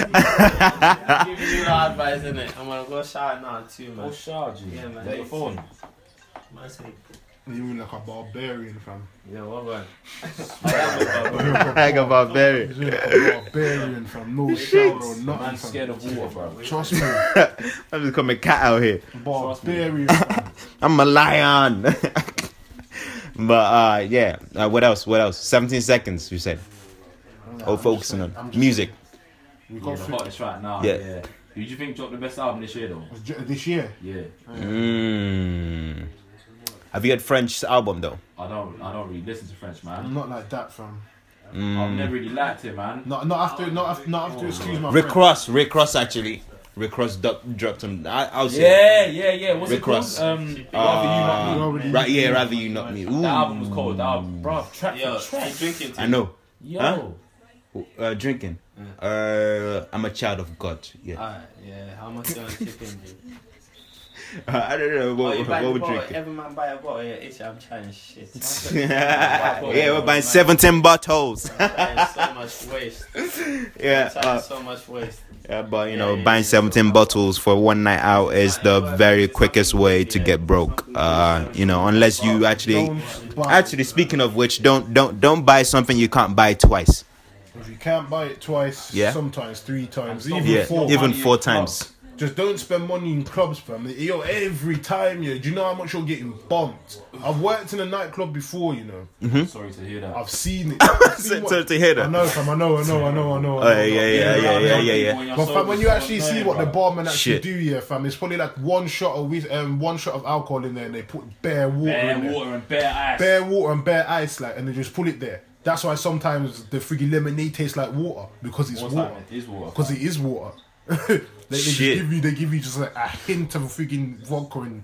Speaker 1: giving you the advice, innit? I'm gonna go shower now, too, man.
Speaker 5: charge
Speaker 1: Yeah, man.
Speaker 5: Get your phone.
Speaker 1: Man, say,
Speaker 3: You mean like a barbarian, fam?
Speaker 5: Yeah, well done.
Speaker 2: like a barbarian.
Speaker 3: You mean like a barbarian, fam? No shower or
Speaker 5: Man,
Speaker 3: nothing, fam.
Speaker 5: scared of water, bro.
Speaker 3: Trust me,
Speaker 2: I'm just coming cat out here.
Speaker 3: barbarian. fam.
Speaker 2: I'm a lion. but uh, yeah. Uh, what else? What else? 17 seconds. You said. Oh, focusing on music.
Speaker 3: We
Speaker 5: Yeah,
Speaker 3: got
Speaker 5: the
Speaker 3: through
Speaker 5: hottest right now.
Speaker 2: Yeah.
Speaker 5: Yeah. Who do you think dropped the best album this year, though?
Speaker 3: Was ju- this year.
Speaker 5: Yeah.
Speaker 2: Mm. Have you heard French's album though?
Speaker 5: I don't. I don't really listen to French, man.
Speaker 3: I'm not like that, fam.
Speaker 2: Mm.
Speaker 5: I've never really liked it, man.
Speaker 3: Not not after not after, not after excuse my
Speaker 2: Rick
Speaker 3: friend.
Speaker 2: Ross. Rick Ross actually. Rick Ross duck- dropped him. I, I'll say.
Speaker 5: Yeah, yeah, yeah. What's
Speaker 2: Rick
Speaker 5: it called?
Speaker 2: Ross.
Speaker 5: Um,
Speaker 2: Uh,
Speaker 5: Rather You Not Me.
Speaker 3: Already-
Speaker 2: Right. Yeah. Rather you not me.
Speaker 5: That
Speaker 2: Ooh.
Speaker 5: album was called. That album, bro. Track
Speaker 1: Yo,
Speaker 5: for
Speaker 1: you
Speaker 5: track.
Speaker 1: drinking
Speaker 2: I
Speaker 1: too?
Speaker 2: know.
Speaker 5: Yo.
Speaker 2: Huh? Uh, drinking. Uh, I'm a child of God. Yeah.
Speaker 1: Alright, yeah. How much you want chicken, dude?
Speaker 2: Uh, I don't know
Speaker 1: Oh,
Speaker 2: what,
Speaker 1: you buy
Speaker 2: what
Speaker 1: the
Speaker 2: we're
Speaker 1: bottle.
Speaker 2: drinking.
Speaker 1: Every man buy a bottle. Yeah, itch, I'm trying shit.
Speaker 2: yeah,
Speaker 1: bottle,
Speaker 2: we're
Speaker 1: man.
Speaker 2: buying 17 bottles.
Speaker 1: That is so much waste.
Speaker 2: yeah,
Speaker 1: That
Speaker 2: uh,
Speaker 1: is so much waste.
Speaker 2: yeah, but you
Speaker 1: Yeah,
Speaker 2: know,
Speaker 1: yeah,
Speaker 2: buying
Speaker 1: yeah.
Speaker 2: 17 bottles for one night out is the very quickest way to get broke. Uh, you know, unless you actually,
Speaker 3: Don't buy
Speaker 2: actually speaking of which, don't don't don't buy something you can't buy twice.
Speaker 3: If you can't buy it twice,
Speaker 2: Yeah.
Speaker 3: sometimes three times, even
Speaker 2: Yeah,
Speaker 3: four.
Speaker 2: even four times.
Speaker 3: Just don't spend money in clubs, fam. Yo, every time, yo, do you know how much you're getting bumped? I've worked in a nightclub before, you know.
Speaker 5: Sorry to hear that.
Speaker 3: I've seen it. I've seen
Speaker 2: So-
Speaker 3: what-
Speaker 2: so to hear that.
Speaker 3: I know, fam. I know, I know, I know, I know. I
Speaker 2: Oh,
Speaker 3: know.
Speaker 2: yeah, yeah, yeah, yeah, yeah, yeah.
Speaker 3: But fam, when you actually see what the barman actually
Speaker 2: Shit.
Speaker 3: do, yeah, fam, it's probably like one shot of whis- um, one shot of alcohol in there, and they put bare water,
Speaker 5: bare
Speaker 3: in there.
Speaker 5: water and bare ice.
Speaker 3: bare water and bare ice, like, and they just pull it there. That's why sometimes the freaking lemonade tastes like water because it's
Speaker 5: What's
Speaker 3: water.
Speaker 5: that? It is water.
Speaker 3: because it is water. they, they just
Speaker 2: Shit.
Speaker 3: give you, they give you just like a hint of freaking vodka and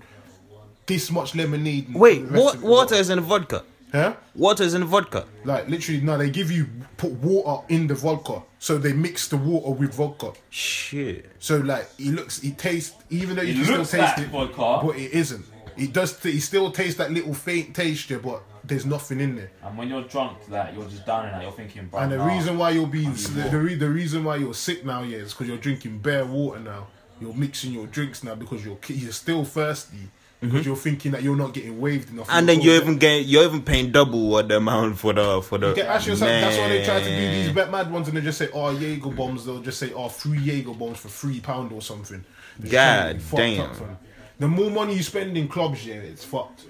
Speaker 3: this much lemonade. and
Speaker 2: Wait,
Speaker 3: the rest
Speaker 2: what
Speaker 3: of it
Speaker 2: water is in vodka?
Speaker 3: Huh?
Speaker 2: Water is in vodka.
Speaker 3: Like literally, no, they give you put water in the vodka, so they mix the water with vodka.
Speaker 2: Shit.
Speaker 3: So like, it looks, it tastes, even though you
Speaker 5: It
Speaker 3: can still
Speaker 5: looks
Speaker 3: taste
Speaker 5: like
Speaker 3: it,
Speaker 5: vodka.
Speaker 3: but it isn't. It does. It still tastes that little faint taste there, but there's nothing in there.
Speaker 5: and when you're drunk, like you're just down and out. You're thinking, bro.
Speaker 3: And the
Speaker 5: nah.
Speaker 3: reason why you'll be the, the, re- the reason why you're sick now, yeah, is because you're drinking bare water now. You're mixing your drinks now because you're ki- you're still thirsty because you're thinking that you're not getting waved enough.
Speaker 2: And then
Speaker 3: You're
Speaker 2: you're
Speaker 3: all
Speaker 2: even getting, you're even paying double what the amount for the for the.
Speaker 3: there. Get, ask yourself, that's why they try to do these
Speaker 2: Man.
Speaker 3: bet mad ones, and they just say, "Oh, Jaeger bombs." They'll just say, "Oh, three Jaeger bombs for three pound or something." They're trying to be
Speaker 2: God
Speaker 3: fucked
Speaker 2: damn.
Speaker 3: fam. the more money you spend in clubs, yeah, it's fucked.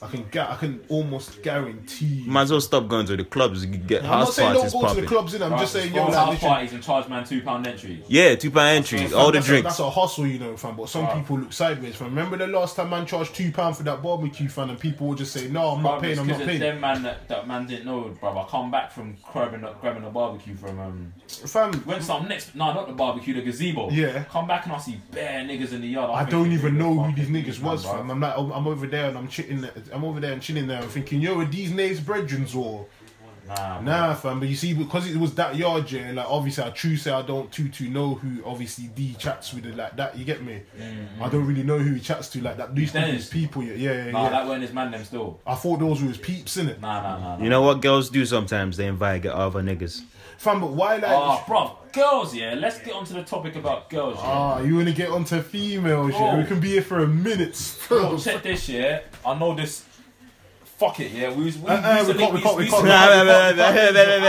Speaker 3: I can gu- I can almost guarantee.
Speaker 2: Might as well stop going to the clubs. You get
Speaker 3: I'm not
Speaker 2: house
Speaker 3: saying don't
Speaker 2: parties
Speaker 3: go to
Speaker 2: popping.
Speaker 3: the clubs in. I'm
Speaker 5: Bro,
Speaker 3: just saying,
Speaker 5: go
Speaker 3: yo,
Speaker 5: to
Speaker 3: like,
Speaker 5: house
Speaker 3: literally,
Speaker 5: parties and charge man two pound entry.
Speaker 2: Yeah, two pound entries, all the
Speaker 3: that's A,
Speaker 2: drinks.
Speaker 3: that's a hustle, you know, fam. But some
Speaker 5: Wow.
Speaker 3: people look sideways. Fam. Remember the last time man charged two pound for that barbecue, fam, and people would just say, "No, I'm not
Speaker 5: Bruv, it's
Speaker 3: paying. I'm not
Speaker 5: 'cause it's
Speaker 3: paying."
Speaker 5: Them man that, that man didn't know, bro. I come back from grabbing a, grabbing a barbecue from um.
Speaker 3: Fam,
Speaker 5: Went some next, no, not the barbecue, the gazebo.
Speaker 3: Yeah.
Speaker 5: Come back and I see bare niggas in the yard.
Speaker 3: I
Speaker 5: think
Speaker 3: don't
Speaker 5: they're
Speaker 3: even know who
Speaker 5: fucking
Speaker 3: these niggas was,
Speaker 5: man,
Speaker 3: fam. I'm like, I'm I'm over there and I'm chilling. I'm over there and chilling there. I'm thinking, yo, are these names brethren or
Speaker 5: bruv. Nah, man.
Speaker 3: nah, fam? But you see, because it was that yard, yeah. Like, obviously, I true say I don't too too know who obviously D chats with it like that. You get me?
Speaker 5: Mm-hmm.
Speaker 3: I don't really know who he chats to like that. These
Speaker 5: Dennis.
Speaker 3: people, yeah, yeah, yeah.
Speaker 5: Nah,
Speaker 3: yeah.
Speaker 5: that weren't his man them still.
Speaker 3: I thought those were his peeps in it,
Speaker 5: Nah, nah, nah. nah.
Speaker 2: You know what girls do sometimes? They invite other niggas.
Speaker 3: fam. But why like?
Speaker 5: Ah, bruv, girls, yeah. Let's get onto the topic about girls. Yeah.
Speaker 3: Ah, you want to get onto females? Yeah,
Speaker 5: Oh.
Speaker 3: we can be here for a minute.
Speaker 5: Bro, check this, yeah. I know this. Fuck it, yeah. We was. We,
Speaker 3: Uh-uh,
Speaker 5: used to
Speaker 3: we
Speaker 5: link
Speaker 3: can't- we
Speaker 5: these-
Speaker 3: can't- we
Speaker 5: these-
Speaker 3: can't-
Speaker 5: I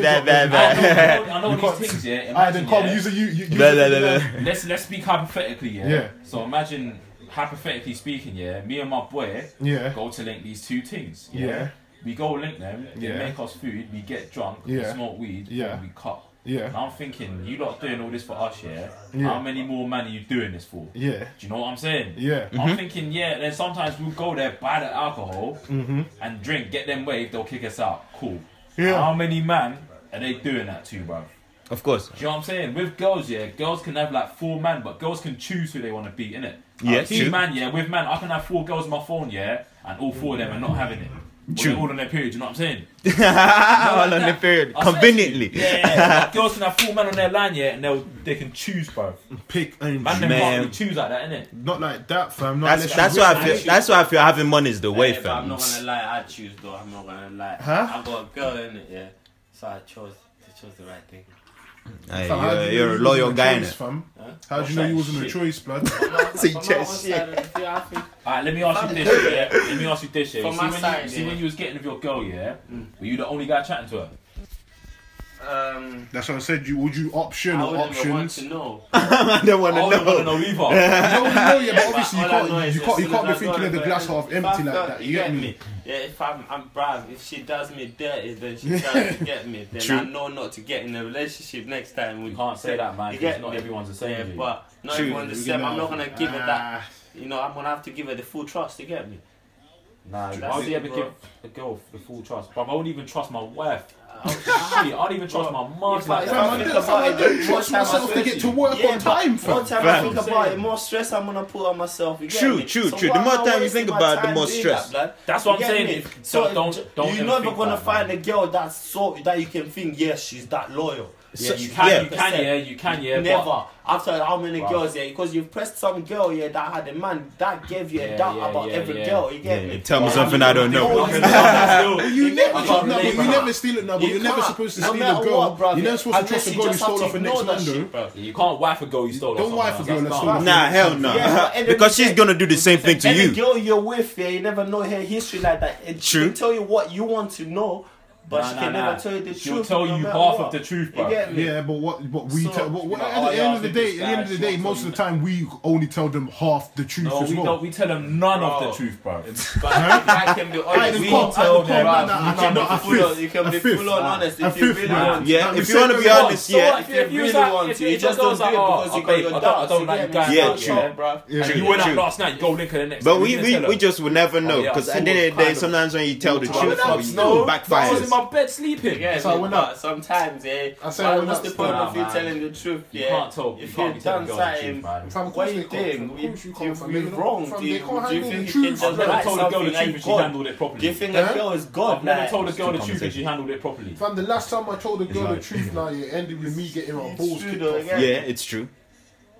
Speaker 5: know- I know
Speaker 3: We can't-
Speaker 5: these things, yeah.
Speaker 3: I Ah, then
Speaker 5: Imagine,
Speaker 3: come.
Speaker 5: yeah.
Speaker 3: Use a you. you, you
Speaker 2: Blah, blah, blah, blah.
Speaker 5: Let's let's speak hypothetically, yeah.
Speaker 3: Yeah.
Speaker 5: So imagine, hypothetically speaking, yeah. Me and my boy
Speaker 3: Yeah.
Speaker 5: go to link these two things. Yeah.
Speaker 3: Yeah.
Speaker 5: We go link them. They
Speaker 3: Yeah.
Speaker 5: make us food. We get drunk. We
Speaker 3: Yeah.
Speaker 5: smoke weed.
Speaker 3: Yeah.
Speaker 5: And we cut.
Speaker 3: Yeah.
Speaker 5: And I'm thinking, you lot doing all this for us, yeah.
Speaker 3: Yeah.
Speaker 5: How many more men are you doing this for?
Speaker 3: Yeah.
Speaker 5: Do you know what I'm saying?
Speaker 3: Yeah. Mm-hmm.
Speaker 5: I'm thinking, yeah, then sometimes we'll go there, buy the alcohol, and drink, get them waved, they'll kick us out. Cool.
Speaker 3: Mm-hmm. Yeah.
Speaker 5: How many man are they doing that to, bro?
Speaker 2: Of course.
Speaker 5: Do you know what I'm saying? With girls, yeah, girls can have like four man, but girls can choose who they want to be, innit?
Speaker 2: Yeah,
Speaker 5: Like, two
Speaker 2: true.
Speaker 5: man, yeah, with man, I can have four girls on my phone, yeah, and all four of them are not having it. True. All on their period, you know what I'm saying?
Speaker 2: all
Speaker 5: like
Speaker 2: on the
Speaker 5: that.
Speaker 2: period.
Speaker 5: I swear to you.
Speaker 2: Conveniently.
Speaker 5: Yeah, yeah, yeah. Like, girls can have four men on their line, yeah, and they'll, they can choose, bro.
Speaker 1: Mm.
Speaker 3: Pick and
Speaker 5: Man, them
Speaker 2: Man.
Speaker 5: can't really choose like that, innit?
Speaker 3: not like that, fam. Not
Speaker 2: That's
Speaker 3: unless
Speaker 2: that's
Speaker 3: you
Speaker 2: why I
Speaker 3: rich,
Speaker 2: feel
Speaker 3: man.
Speaker 2: that's why I feel having money is the way,
Speaker 1: Yeah, but I'm
Speaker 2: fam.
Speaker 1: not gonna lie, I choose though. I'm not gonna lie.
Speaker 3: Huh?
Speaker 1: I got a girl in it, yeah. So I chose, I chose the right thing.
Speaker 2: Hey,
Speaker 3: Fam, how do
Speaker 2: you're,
Speaker 3: you
Speaker 2: you're a
Speaker 3: know you wasn't
Speaker 2: loyal guy,
Speaker 3: choice,
Speaker 2: innit?
Speaker 3: fam.
Speaker 1: Huh?
Speaker 3: How do you know you wasn't a choice, blood?
Speaker 2: So you
Speaker 1: From my
Speaker 2: check
Speaker 1: own
Speaker 2: shit.
Speaker 1: side of the field, I think
Speaker 5: Alright, let me ask you this, yeah? Let me ask you this, yeah? You
Speaker 1: From
Speaker 5: see,
Speaker 1: my
Speaker 5: when, you,
Speaker 1: side,
Speaker 5: see
Speaker 1: yeah.
Speaker 5: when you was getting with your girl, yeah?
Speaker 1: Mm.
Speaker 5: Were you the only guy chatting to her?
Speaker 1: Um,
Speaker 3: That's what I said. You would you option
Speaker 1: I
Speaker 3: or
Speaker 1: wouldn't even want to
Speaker 3: options?
Speaker 1: know.
Speaker 2: I don't want
Speaker 5: I
Speaker 2: to
Speaker 5: wouldn't want to
Speaker 2: know.
Speaker 5: Oh, know
Speaker 3: No,
Speaker 5: either.
Speaker 3: no, yeah, but
Speaker 1: But
Speaker 3: obviously you
Speaker 1: all I
Speaker 3: can't,
Speaker 1: know
Speaker 3: you,
Speaker 1: is as
Speaker 3: can't, you
Speaker 1: soon
Speaker 3: can't be
Speaker 1: as I got
Speaker 3: thinking of the
Speaker 1: her,
Speaker 3: glass half empty
Speaker 1: if
Speaker 3: like
Speaker 1: I've
Speaker 3: that.
Speaker 1: got-
Speaker 3: You get me?
Speaker 1: Yeah, if I'm, I'm bruv, if she does me dirty, then she tries to get me. Then I know not to get in a relationship next time.
Speaker 5: You can't say that, man,
Speaker 1: You
Speaker 5: because
Speaker 1: get
Speaker 5: not
Speaker 1: me?
Speaker 5: everyone's the
Speaker 1: Yeah,
Speaker 5: same. G.
Speaker 1: but not
Speaker 2: True,
Speaker 1: everyone the
Speaker 3: we
Speaker 1: same.
Speaker 3: get
Speaker 1: I'm not
Speaker 3: that.
Speaker 1: gonna give her
Speaker 3: Ah.
Speaker 1: that. You know, I'm gonna have to give her the full trust to get me.
Speaker 5: Nah,
Speaker 1: True.
Speaker 5: I'll
Speaker 1: That's it,
Speaker 5: ever
Speaker 1: bro.
Speaker 5: give a girl the full trust. But I won't even trust my wife.
Speaker 1: I-
Speaker 5: Shit, I don't even trust my mum
Speaker 1: Oh, If I-
Speaker 5: like
Speaker 1: if
Speaker 3: Fam,
Speaker 5: that.
Speaker 3: I
Speaker 1: think
Speaker 3: don't- fam,
Speaker 1: about
Speaker 3: I
Speaker 1: it,
Speaker 3: don't
Speaker 1: the
Speaker 3: trust
Speaker 1: more time I
Speaker 3: myself to
Speaker 5: spend
Speaker 3: get to
Speaker 5: with you.
Speaker 3: work
Speaker 1: Yeah,
Speaker 3: on
Speaker 1: but
Speaker 3: time,
Speaker 1: The more
Speaker 3: fam.
Speaker 1: time I
Speaker 2: Fam.
Speaker 1: think about it, the more stress I'm gonna put on myself. You get
Speaker 2: True,
Speaker 1: me?
Speaker 2: true,
Speaker 1: So
Speaker 2: true.
Speaker 1: why
Speaker 2: The more
Speaker 1: am I
Speaker 2: time you
Speaker 1: wasting
Speaker 2: think
Speaker 1: my
Speaker 2: about it, the
Speaker 1: time
Speaker 2: more
Speaker 1: doing
Speaker 2: stress.
Speaker 1: that, blood?
Speaker 5: That's what
Speaker 1: You
Speaker 5: I'm
Speaker 1: get
Speaker 5: saying.
Speaker 1: me?
Speaker 5: If-
Speaker 1: So
Speaker 5: don't-
Speaker 1: don't,
Speaker 5: don't
Speaker 1: you're
Speaker 5: even
Speaker 1: never
Speaker 5: think
Speaker 1: gonna
Speaker 5: that,
Speaker 1: find a girl that's so that you can think, yes, she's that loyal.
Speaker 5: Yeah, you
Speaker 2: So-
Speaker 5: can,
Speaker 2: yeah.
Speaker 5: you can, yeah, you can, yeah.
Speaker 1: Never.
Speaker 5: But,
Speaker 1: After how many
Speaker 5: Wow.
Speaker 1: girls, yeah? Because you've pressed some girl, yeah, that had a man that gave you a
Speaker 5: Yeah,
Speaker 1: doubt
Speaker 5: yeah,
Speaker 1: about
Speaker 5: yeah,
Speaker 1: every
Speaker 5: yeah.
Speaker 1: girl. You get me?
Speaker 2: Tell me something I don't know.
Speaker 3: You never,
Speaker 1: I
Speaker 3: no,
Speaker 1: can't
Speaker 3: but
Speaker 1: relate,
Speaker 3: you
Speaker 1: man.
Speaker 3: never steal it now, but
Speaker 1: You
Speaker 3: you're never
Speaker 1: can't.
Speaker 3: supposed to
Speaker 1: No
Speaker 3: steal a
Speaker 1: matter
Speaker 3: girl.
Speaker 1: what, bruv,
Speaker 3: you're never supposed to
Speaker 1: unless
Speaker 3: trust a
Speaker 1: you
Speaker 3: girl you
Speaker 1: just
Speaker 3: stole
Speaker 1: have
Speaker 3: off
Speaker 1: to
Speaker 3: a next
Speaker 1: ignore
Speaker 3: man,
Speaker 1: that
Speaker 3: though.
Speaker 1: shit, bro.
Speaker 5: you can't wife a girl you stole.
Speaker 3: Don't wife a girl that's
Speaker 5: stole.
Speaker 3: stole.
Speaker 2: Nah, hell no.
Speaker 1: Yeah, but end of
Speaker 2: because
Speaker 1: the
Speaker 2: she's
Speaker 1: day-
Speaker 2: gonna do the same thing to
Speaker 1: Any
Speaker 2: you.
Speaker 1: girl you're with, yeah, you never know her history like that. It,
Speaker 2: True.
Speaker 1: She can tell you what you want to know, but
Speaker 5: Nah,
Speaker 1: she
Speaker 5: nah,
Speaker 1: can
Speaker 5: nah.
Speaker 1: never tell you the
Speaker 5: She'll
Speaker 1: truth.
Speaker 5: tell
Speaker 1: no
Speaker 5: you
Speaker 1: matter
Speaker 5: half
Speaker 1: what.
Speaker 5: of the truth,
Speaker 1: You
Speaker 5: bro.
Speaker 1: get me?
Speaker 3: Yeah, but what? But we
Speaker 1: So-
Speaker 3: tell. But, what-
Speaker 5: Like,
Speaker 3: at
Speaker 5: oh,
Speaker 3: the
Speaker 5: yeah,
Speaker 3: end
Speaker 5: I
Speaker 3: of the
Speaker 5: think
Speaker 3: day,
Speaker 5: this
Speaker 3: at the end of the
Speaker 5: guy
Speaker 3: day,
Speaker 5: shot
Speaker 3: most of the
Speaker 5: me.
Speaker 3: time we only tell them half the truth
Speaker 5: No,
Speaker 3: as
Speaker 5: we,
Speaker 3: well.
Speaker 5: don't, we tell them none of the
Speaker 1: Bro.
Speaker 5: truth, bro.
Speaker 1: But if I can be
Speaker 3: Alright,
Speaker 1: honest.
Speaker 3: then
Speaker 1: we
Speaker 3: come,
Speaker 5: tell
Speaker 3: alright, then come,
Speaker 5: them, bruv,
Speaker 3: nah,
Speaker 1: you
Speaker 3: nah,
Speaker 1: can
Speaker 3: nah,
Speaker 1: be
Speaker 3: a
Speaker 1: full on,
Speaker 3: fifth,
Speaker 1: you can
Speaker 3: a
Speaker 1: be
Speaker 3: fifth.
Speaker 1: full on honest
Speaker 3: A
Speaker 1: if you
Speaker 3: fifth,
Speaker 1: really
Speaker 3: nah.
Speaker 1: want to.
Speaker 2: Yeah,
Speaker 3: I'm
Speaker 2: if you
Speaker 3: saying
Speaker 2: wanna be
Speaker 3: everyone-
Speaker 2: honest,
Speaker 5: So what
Speaker 2: yeah.
Speaker 5: if
Speaker 1: If
Speaker 5: you
Speaker 1: you
Speaker 5: was
Speaker 1: really
Speaker 5: like-
Speaker 1: want
Speaker 5: if
Speaker 1: to, you
Speaker 5: if your
Speaker 1: just don't
Speaker 5: girl's
Speaker 1: do it
Speaker 5: like, oh,
Speaker 1: because you
Speaker 5: oh,
Speaker 1: got
Speaker 5: babe,
Speaker 1: your
Speaker 5: I don't-
Speaker 1: doubts,
Speaker 5: I don't
Speaker 1: you
Speaker 5: like
Speaker 1: get
Speaker 5: guys
Speaker 1: me?
Speaker 2: Yeah,
Speaker 5: like
Speaker 2: true.
Speaker 5: that, bro.
Speaker 3: Yeah,
Speaker 5: And you
Speaker 2: true,
Speaker 5: went out
Speaker 2: true.
Speaker 5: last night, go link her the next.
Speaker 2: But
Speaker 5: day,
Speaker 2: we,
Speaker 5: you
Speaker 2: we,
Speaker 5: didn't
Speaker 2: we
Speaker 5: tell her.
Speaker 2: just would never know
Speaker 5: Oh, yeah,
Speaker 2: because
Speaker 5: I
Speaker 2: at the end of the
Speaker 5: saw
Speaker 2: day,
Speaker 5: it.
Speaker 2: sometimes when you tell the
Speaker 3: I
Speaker 2: truth,
Speaker 3: went out,
Speaker 2: it
Speaker 3: no.
Speaker 5: I was in
Speaker 2: backfires.
Speaker 5: my bed sleeping.
Speaker 1: Yeah,
Speaker 3: So I
Speaker 1: but
Speaker 3: went up.
Speaker 1: sometimes, eh?
Speaker 3: I
Speaker 1: I
Speaker 3: said I went
Speaker 1: what's the
Speaker 3: up.
Speaker 1: point
Speaker 5: Nah,
Speaker 1: of you
Speaker 5: man.
Speaker 1: telling the truth?
Speaker 5: You
Speaker 1: yeah?
Speaker 5: can't tell. You
Speaker 1: If
Speaker 5: can't be
Speaker 1: you've
Speaker 5: telling
Speaker 1: done
Speaker 5: girls the truth,
Speaker 1: something,
Speaker 5: man.
Speaker 3: Fam, of
Speaker 1: what
Speaker 3: course
Speaker 1: you
Speaker 3: they can't, fam,
Speaker 1: think?
Speaker 3: of
Speaker 1: You,
Speaker 3: course you
Speaker 1: do you
Speaker 3: can't, fam.
Speaker 1: think
Speaker 3: They
Speaker 1: we're wrong?
Speaker 3: can't
Speaker 1: Do you,
Speaker 3: handle
Speaker 1: do you
Speaker 3: the
Speaker 1: think you
Speaker 3: truth.
Speaker 1: can
Speaker 5: I've
Speaker 1: just
Speaker 5: never
Speaker 1: write
Speaker 5: told a girl the
Speaker 1: something like
Speaker 5: truth and she
Speaker 1: God?
Speaker 5: handled it
Speaker 1: Do you
Speaker 5: properly.
Speaker 1: think
Speaker 3: Huh?
Speaker 1: a girl is God?
Speaker 5: I've never
Speaker 1: Like,
Speaker 5: told a girl the truth and
Speaker 2: conversation.
Speaker 5: she handled it properly.
Speaker 3: Fam, the last time I told a girl the
Speaker 2: like-
Speaker 3: truth, now it ended with me getting my
Speaker 1: It's
Speaker 3: balls
Speaker 1: true,
Speaker 3: kicked
Speaker 1: though,
Speaker 3: off.
Speaker 2: Yeah,
Speaker 1: yeah.
Speaker 2: it's true.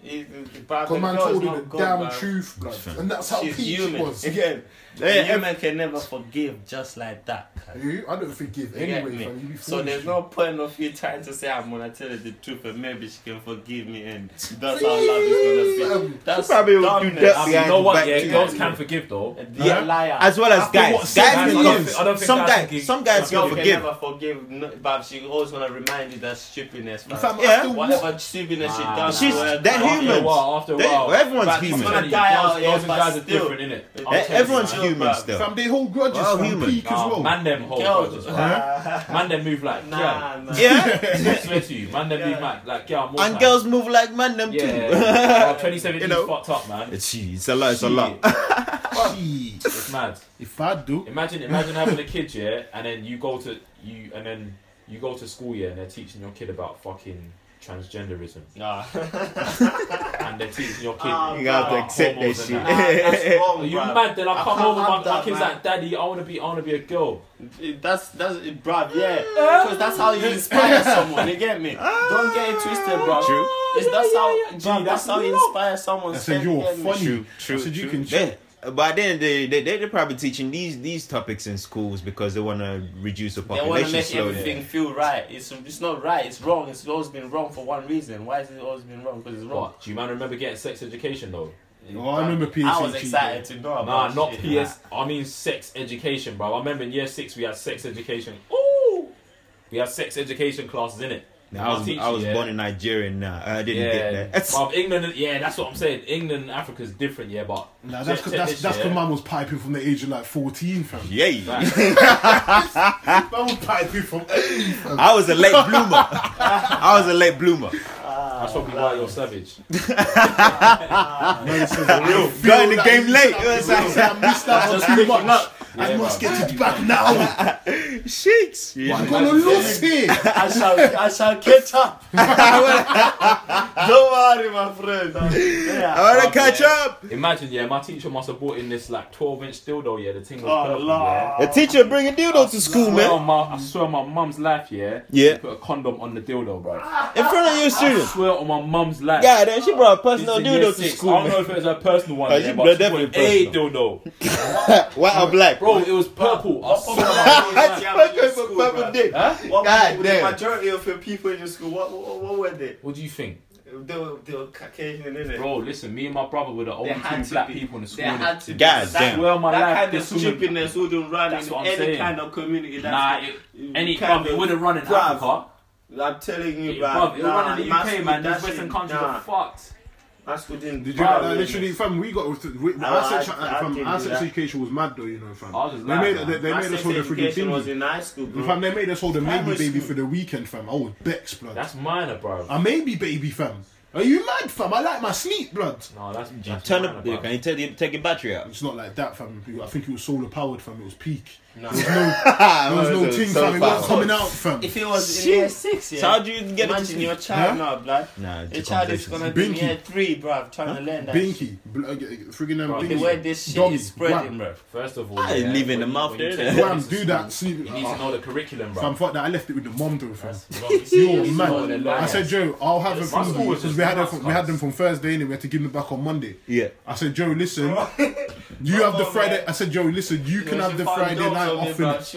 Speaker 1: It- it- but
Speaker 3: Because
Speaker 1: the
Speaker 3: man
Speaker 1: girl is
Speaker 3: told her
Speaker 1: not
Speaker 3: the
Speaker 1: God,
Speaker 3: damn
Speaker 1: man.
Speaker 3: truth, blood. And that's how
Speaker 1: She's
Speaker 3: peach it
Speaker 1: human.
Speaker 3: was.
Speaker 1: Again,
Speaker 2: Yeah,
Speaker 1: a human can never forgive just like that. cuz.
Speaker 3: You? I don't forgive
Speaker 1: You get
Speaker 3: anyway,
Speaker 1: me?
Speaker 3: fam. You be
Speaker 1: So there's
Speaker 3: foolish.
Speaker 1: no point of you trying to say I'm gonna tell her the truth and maybe she can forgive me and that's how love is gonna be.
Speaker 3: Fam,
Speaker 1: That's
Speaker 2: probably would do
Speaker 1: dumbness.
Speaker 2: that
Speaker 5: Um,
Speaker 2: behind
Speaker 5: you know
Speaker 2: the
Speaker 5: what?
Speaker 2: back
Speaker 5: Yeah,
Speaker 2: too.
Speaker 5: girls can forgive though.
Speaker 1: Be a
Speaker 3: Huh?
Speaker 1: liar.
Speaker 2: As well as
Speaker 3: After
Speaker 2: guys,
Speaker 3: what
Speaker 2: guys
Speaker 3: Satan
Speaker 2: can
Speaker 3: did.
Speaker 2: love.
Speaker 5: I don't think
Speaker 2: Some
Speaker 5: I
Speaker 2: guys,
Speaker 5: forgive-
Speaker 2: some guys
Speaker 1: Girl
Speaker 2: can
Speaker 1: can
Speaker 2: forgive.
Speaker 1: never forgive, no- but she always wanna remind you that stupidness. man.
Speaker 3: Fam,
Speaker 2: Yeah.
Speaker 3: after what?
Speaker 1: Whatever stupidness she
Speaker 5: Nah,
Speaker 1: does,
Speaker 2: She's-
Speaker 1: to her,
Speaker 2: they're
Speaker 1: girl,
Speaker 5: After a
Speaker 2: humans.
Speaker 5: while, after a
Speaker 2: They-
Speaker 5: while.
Speaker 2: everyone's
Speaker 5: But
Speaker 2: human.
Speaker 5: I'm telling you,
Speaker 1: Die out,
Speaker 5: girls- Girls
Speaker 1: yeah,
Speaker 5: and
Speaker 1: but
Speaker 5: guys are
Speaker 1: still.
Speaker 5: different, innit? I'm
Speaker 1: Eh,
Speaker 5: telling you,
Speaker 2: Everyone's
Speaker 5: man.
Speaker 1: man.
Speaker 2: human
Speaker 1: Fam,
Speaker 2: still.
Speaker 3: Fam, they hold grudges,
Speaker 2: Well,
Speaker 3: fam.
Speaker 2: human.
Speaker 3: Peak as
Speaker 5: Nah,
Speaker 3: well.
Speaker 5: Man, them whole
Speaker 1: Girls,
Speaker 5: grudges, right?
Speaker 1: nah,
Speaker 5: Man, them move like yeah.
Speaker 1: nah, man.
Speaker 2: Yeah,
Speaker 5: I swear to you, man, them
Speaker 1: Yeah.
Speaker 5: move like like yeah. More
Speaker 2: and
Speaker 5: time.
Speaker 2: girls move like man them
Speaker 5: yeah.
Speaker 2: too.
Speaker 5: yeah. Oh, Twenty seventeen
Speaker 2: You know.
Speaker 5: fucked up, man.
Speaker 2: It's, it's a lot. It's a
Speaker 5: Shit.
Speaker 2: lot.
Speaker 3: Jeez.
Speaker 5: It's mad.
Speaker 3: If I do,
Speaker 5: Imagine, imagine having a kid, yeah, and then you go to you, and then you go to school, yeah, and they're teaching your kid about fucking transgenderism,
Speaker 1: Nah.
Speaker 5: and they're teaching your kid.
Speaker 1: Ah,
Speaker 2: You gotta
Speaker 5: about
Speaker 2: accept that
Speaker 5: hormones and
Speaker 2: shit.
Speaker 1: Nah, that's wrong,
Speaker 5: Are you
Speaker 1: bruv.
Speaker 5: mad? Then I,
Speaker 1: I
Speaker 5: come
Speaker 1: can't
Speaker 5: home with my,
Speaker 1: have
Speaker 5: my
Speaker 1: that,
Speaker 5: kids
Speaker 1: man.
Speaker 5: like, daddy, I wanna be, I wanna be a girl.
Speaker 1: It- That's that's it, bruv, yeah. Because that's how you inspire someone. You get me? Don't get it twisted, bruv.
Speaker 2: True.
Speaker 5: Oh,
Speaker 1: It's, that's how,
Speaker 5: Yeah, yeah, yeah.
Speaker 1: bruv,
Speaker 5: Gee,
Speaker 1: that's
Speaker 5: that's
Speaker 1: how you
Speaker 5: love.
Speaker 1: inspire someone.
Speaker 3: I said you're funny.
Speaker 2: True, true.
Speaker 3: I said you
Speaker 2: true.
Speaker 3: can.
Speaker 2: They- but then they, they they're probably teaching these these topics in schools because they want to reduce the
Speaker 1: They want
Speaker 2: population
Speaker 1: to make
Speaker 2: slowly.
Speaker 1: everything feel right. It's it's not right. It's wrong. It's always been wrong for one reason. Why has it always been wrong? Because it's wrong.
Speaker 5: What? Do you man remember getting sex education though?
Speaker 3: Oh, I remember
Speaker 1: I was
Speaker 3: PSHE,
Speaker 1: excited to know
Speaker 5: Nah,
Speaker 1: about.
Speaker 5: not
Speaker 1: shit.
Speaker 5: PS. I mean sex education, bro. I remember in year six we had sex education. Ooh, we had sex education classes in it.
Speaker 2: Now, I was I was born in Nigeria and uh, I didn't
Speaker 5: Yeah,
Speaker 2: get that.
Speaker 5: Bruv, England. Yeah, that's what I'm saying. England, and Africa's different. Yeah, but
Speaker 3: Nah, that's
Speaker 5: check-
Speaker 3: because
Speaker 5: check
Speaker 3: that's
Speaker 5: this,
Speaker 3: that's
Speaker 5: yeah.
Speaker 3: 'cause mum was piping from the age of like fourteen, fam.
Speaker 2: Yay!
Speaker 5: Right.
Speaker 3: Mum was piping from early, fam.
Speaker 2: I was a late bloomer. I was a late bloomer.
Speaker 5: That's probably why you're savage.
Speaker 3: Man says, I feel
Speaker 2: Got in the
Speaker 3: like
Speaker 2: game
Speaker 3: you
Speaker 2: late.
Speaker 3: said
Speaker 2: It was
Speaker 3: I said I missed out on too much. I
Speaker 5: Yeah,
Speaker 3: must
Speaker 5: man.
Speaker 3: get it back now.
Speaker 2: Shakes.
Speaker 3: I'm gonna lose it.
Speaker 1: I shall, I shall catch up. Don't worry, my friend.
Speaker 2: I wanna catch up.
Speaker 5: Imagine, yeah, my teacher must have bought in this like 12 inch dildo, yeah. The thing was
Speaker 1: Oh,
Speaker 5: perfect,
Speaker 1: Lord.
Speaker 5: yeah.
Speaker 2: The teacher bring a dildo to school,
Speaker 5: I swear,
Speaker 2: man,
Speaker 5: on my, I swear on my mum's life, yeah.
Speaker 2: Yeah.
Speaker 5: she Put a condom on the dildo, bro. I
Speaker 2: in front of your students.
Speaker 5: swear on my mum's life.
Speaker 2: Yeah, then she brought a
Speaker 5: This
Speaker 2: personal
Speaker 5: is in year
Speaker 2: dildo to
Speaker 5: six.
Speaker 2: school.
Speaker 5: I don't know
Speaker 2: Man.
Speaker 5: if it was her personal one,
Speaker 2: Oh,
Speaker 5: yeah,
Speaker 2: she
Speaker 5: but
Speaker 2: brought
Speaker 5: she
Speaker 2: definitely
Speaker 5: put a dildo.
Speaker 2: White or black?
Speaker 5: Bro, it was purple. I swear on my mum's life.
Speaker 2: Fuckers with purple dick.
Speaker 5: Huh?
Speaker 1: What
Speaker 2: God
Speaker 1: were
Speaker 2: damn.
Speaker 1: The majority of your people in your school, what, what, what were they?
Speaker 5: What do you think?
Speaker 1: They were, they were Caucasian, innit?
Speaker 5: Bro, listen, me and my brother were the only
Speaker 1: There had
Speaker 5: two
Speaker 1: to
Speaker 5: black
Speaker 1: be.
Speaker 5: people in the school.
Speaker 1: There had to be.
Speaker 2: God
Speaker 1: that,
Speaker 2: damn.
Speaker 5: Well, my
Speaker 1: that
Speaker 5: life,
Speaker 1: kind of
Speaker 5: this woman-
Speaker 1: stupidness wouldn't run
Speaker 5: That's
Speaker 1: in
Speaker 5: what I'm
Speaker 1: any
Speaker 5: saying.
Speaker 1: kind of community.
Speaker 5: Nah,
Speaker 1: That's
Speaker 5: it, any
Speaker 1: kind
Speaker 5: club, it
Speaker 1: of-
Speaker 5: wouldn't run in
Speaker 1: Bruv,
Speaker 5: Africa.
Speaker 1: I'm telling you,
Speaker 5: It,
Speaker 1: bruv,
Speaker 5: bruv, it'll
Speaker 1: nah,
Speaker 5: run in the
Speaker 1: my
Speaker 5: UK,
Speaker 1: school,
Speaker 5: man.
Speaker 1: that
Speaker 5: These Western
Speaker 1: shit,
Speaker 5: countries
Speaker 1: nah,
Speaker 5: are fucked.
Speaker 1: My school didn't
Speaker 3: Did you
Speaker 1: do
Speaker 3: know
Speaker 1: that.
Speaker 3: that literally, fam? We got we,
Speaker 1: No,
Speaker 3: our
Speaker 1: I-
Speaker 3: sex,
Speaker 1: I
Speaker 3: fam,
Speaker 1: didn't
Speaker 3: our
Speaker 1: do
Speaker 3: sex
Speaker 1: that.
Speaker 3: education was mad though, you know, fam.
Speaker 5: I was just
Speaker 3: They made
Speaker 5: lying, man.
Speaker 3: they, they
Speaker 1: My
Speaker 3: made us
Speaker 1: sex
Speaker 3: hold a freaking
Speaker 1: education was
Speaker 3: thingy.
Speaker 1: in high school, bro.
Speaker 3: Fam, they made us hold a maybe
Speaker 1: Primary
Speaker 3: baby
Speaker 1: school.
Speaker 3: for the weekend, fam. I was Bex, blood.
Speaker 5: That's minor, bro.
Speaker 3: a maybe baby, fam. Are you mad, fam? I like my sleep, blood.
Speaker 5: No, that's, that's
Speaker 2: Turn
Speaker 5: minor,
Speaker 2: up.
Speaker 5: bruv.
Speaker 2: Can you take the take your battery out?
Speaker 3: It's not like that, fam. I think it was solar powered, fam. It was peak.
Speaker 1: Nah.
Speaker 3: There was no ting, fam. It wasn't coming out, fam.
Speaker 1: If it was in year six, yeah.
Speaker 2: So how do you get it to
Speaker 1: Imagine
Speaker 2: sleep?
Speaker 1: your child
Speaker 3: Huh?
Speaker 1: now, blood.
Speaker 2: Nah,
Speaker 1: Your child is gonna be in
Speaker 3: Binky.
Speaker 1: year three, bruv, trying to learn that. shit.
Speaker 3: Binky, bl- uh, friggin' them
Speaker 5: Bro,
Speaker 1: The
Speaker 3: Binky.
Speaker 1: way this shit
Speaker 3: Doggy,
Speaker 1: is spreading,
Speaker 3: wham.
Speaker 1: bruv.
Speaker 5: First of all,
Speaker 2: I
Speaker 5: yeah,
Speaker 2: leave in the
Speaker 5: when-
Speaker 2: mouth
Speaker 5: when you
Speaker 2: there,
Speaker 5: take
Speaker 2: then.
Speaker 5: your
Speaker 3: Wham,
Speaker 5: kids to
Speaker 3: do
Speaker 5: school,
Speaker 3: that. Sleep.
Speaker 5: You need to know the curriculum, bro.
Speaker 3: Fam, fuck that. I left it with the mom, though, fam.
Speaker 5: You're
Speaker 3: Oh, man. I said, Joe, I'll have a
Speaker 5: This is
Speaker 3: thing
Speaker 5: cool,
Speaker 3: because
Speaker 5: this
Speaker 3: we had them
Speaker 5: is
Speaker 3: from, we had them
Speaker 5: nice.
Speaker 3: from Thursday and we had to give them back on Monday.
Speaker 2: Yeah.
Speaker 3: I said, Joe, listen, you have the
Speaker 1: on,
Speaker 3: Friday.
Speaker 1: man.
Speaker 3: I said, Joe, listen, you can have the Friday night off in it.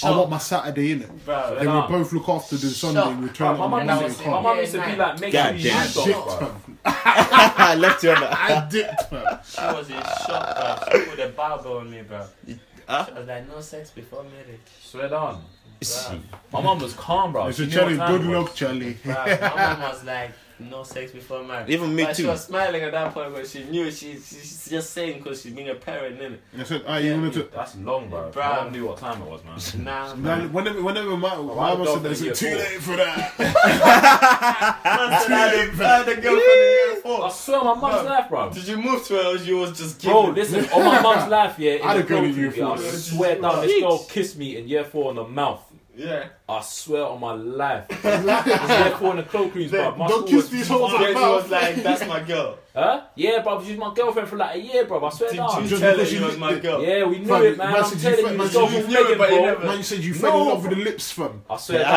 Speaker 2: Yeah.
Speaker 3: I want my Saturday in it.
Speaker 1: Bro,
Speaker 3: They will
Speaker 5: Nah.
Speaker 3: both look after the Sunday and return
Speaker 5: my
Speaker 3: on
Speaker 5: mum
Speaker 3: the
Speaker 5: used
Speaker 3: Monday.
Speaker 5: to-
Speaker 3: and
Speaker 5: my
Speaker 3: come.
Speaker 5: mum used to be like, make sure
Speaker 2: God
Speaker 5: you
Speaker 2: damn.
Speaker 5: use
Speaker 3: Shit,
Speaker 5: off, bro.
Speaker 3: fam.
Speaker 2: I left you on that.
Speaker 3: I dipped, fam.
Speaker 1: She was in shock, bro. She put a barber on me, bro. She was like, no sex before marriage.
Speaker 5: Swear down. My mum was calm, bro.
Speaker 3: I
Speaker 5: She
Speaker 3: said, Charlie,
Speaker 5: knew what time
Speaker 3: good
Speaker 5: it was.
Speaker 3: luck, Charlie.
Speaker 1: Bro, my mom was like, no sex before marriage.
Speaker 2: Even me
Speaker 1: but
Speaker 2: too.
Speaker 1: She was smiling at that point, but she knew she, she- she's just saying because she's being a parent, innit?
Speaker 3: I said, ah, you wanted to.
Speaker 5: That's long, bro.
Speaker 1: Bro.
Speaker 5: My mum knew what time it was, man.
Speaker 1: Nah,
Speaker 3: Now,
Speaker 1: man.
Speaker 3: whenever, whenever my, my mum said that, I said,
Speaker 5: dog
Speaker 3: too
Speaker 5: in year
Speaker 3: late for that.
Speaker 1: Man said I had a- I had a girlfriend in year four.
Speaker 5: I swear on my mum's
Speaker 1: Bro.
Speaker 5: life, bro.
Speaker 1: Did you move to her or you was just
Speaker 5: Bro,
Speaker 1: giving?
Speaker 5: listen, on my mum's life, yeah, in
Speaker 3: I'd
Speaker 5: the
Speaker 3: have gone in year
Speaker 5: girl group, yeah, I
Speaker 3: four.
Speaker 5: swear down, this girl kissed me in year four on the mouth.
Speaker 1: Yeah.
Speaker 5: I swear on my life. It was year four in the cloakrooms, bro. My
Speaker 3: Don't
Speaker 5: school
Speaker 3: kiss these
Speaker 5: was-
Speaker 3: hoes
Speaker 1: Then
Speaker 3: like
Speaker 1: she
Speaker 3: mouth.
Speaker 1: was like, that's my girl.
Speaker 5: Huh? Yeah, bro, she's my girlfriend for like a year, bro. I swear
Speaker 1: Did
Speaker 5: down.
Speaker 1: you
Speaker 3: Just
Speaker 1: tell her
Speaker 3: because she
Speaker 1: she was
Speaker 3: did-
Speaker 1: my girl?
Speaker 5: Yeah, we knew
Speaker 3: Fam,
Speaker 5: it, man.
Speaker 3: man,
Speaker 5: I'm
Speaker 3: said
Speaker 5: telling
Speaker 3: you fe-
Speaker 5: you, you
Speaker 3: man,
Speaker 5: was going
Speaker 3: said
Speaker 5: for
Speaker 1: you knew it,
Speaker 5: Megan,
Speaker 1: but you
Speaker 5: bro.
Speaker 1: never-
Speaker 3: Man, you said you fell in love with the lips, fam.
Speaker 5: I swear
Speaker 3: Ah,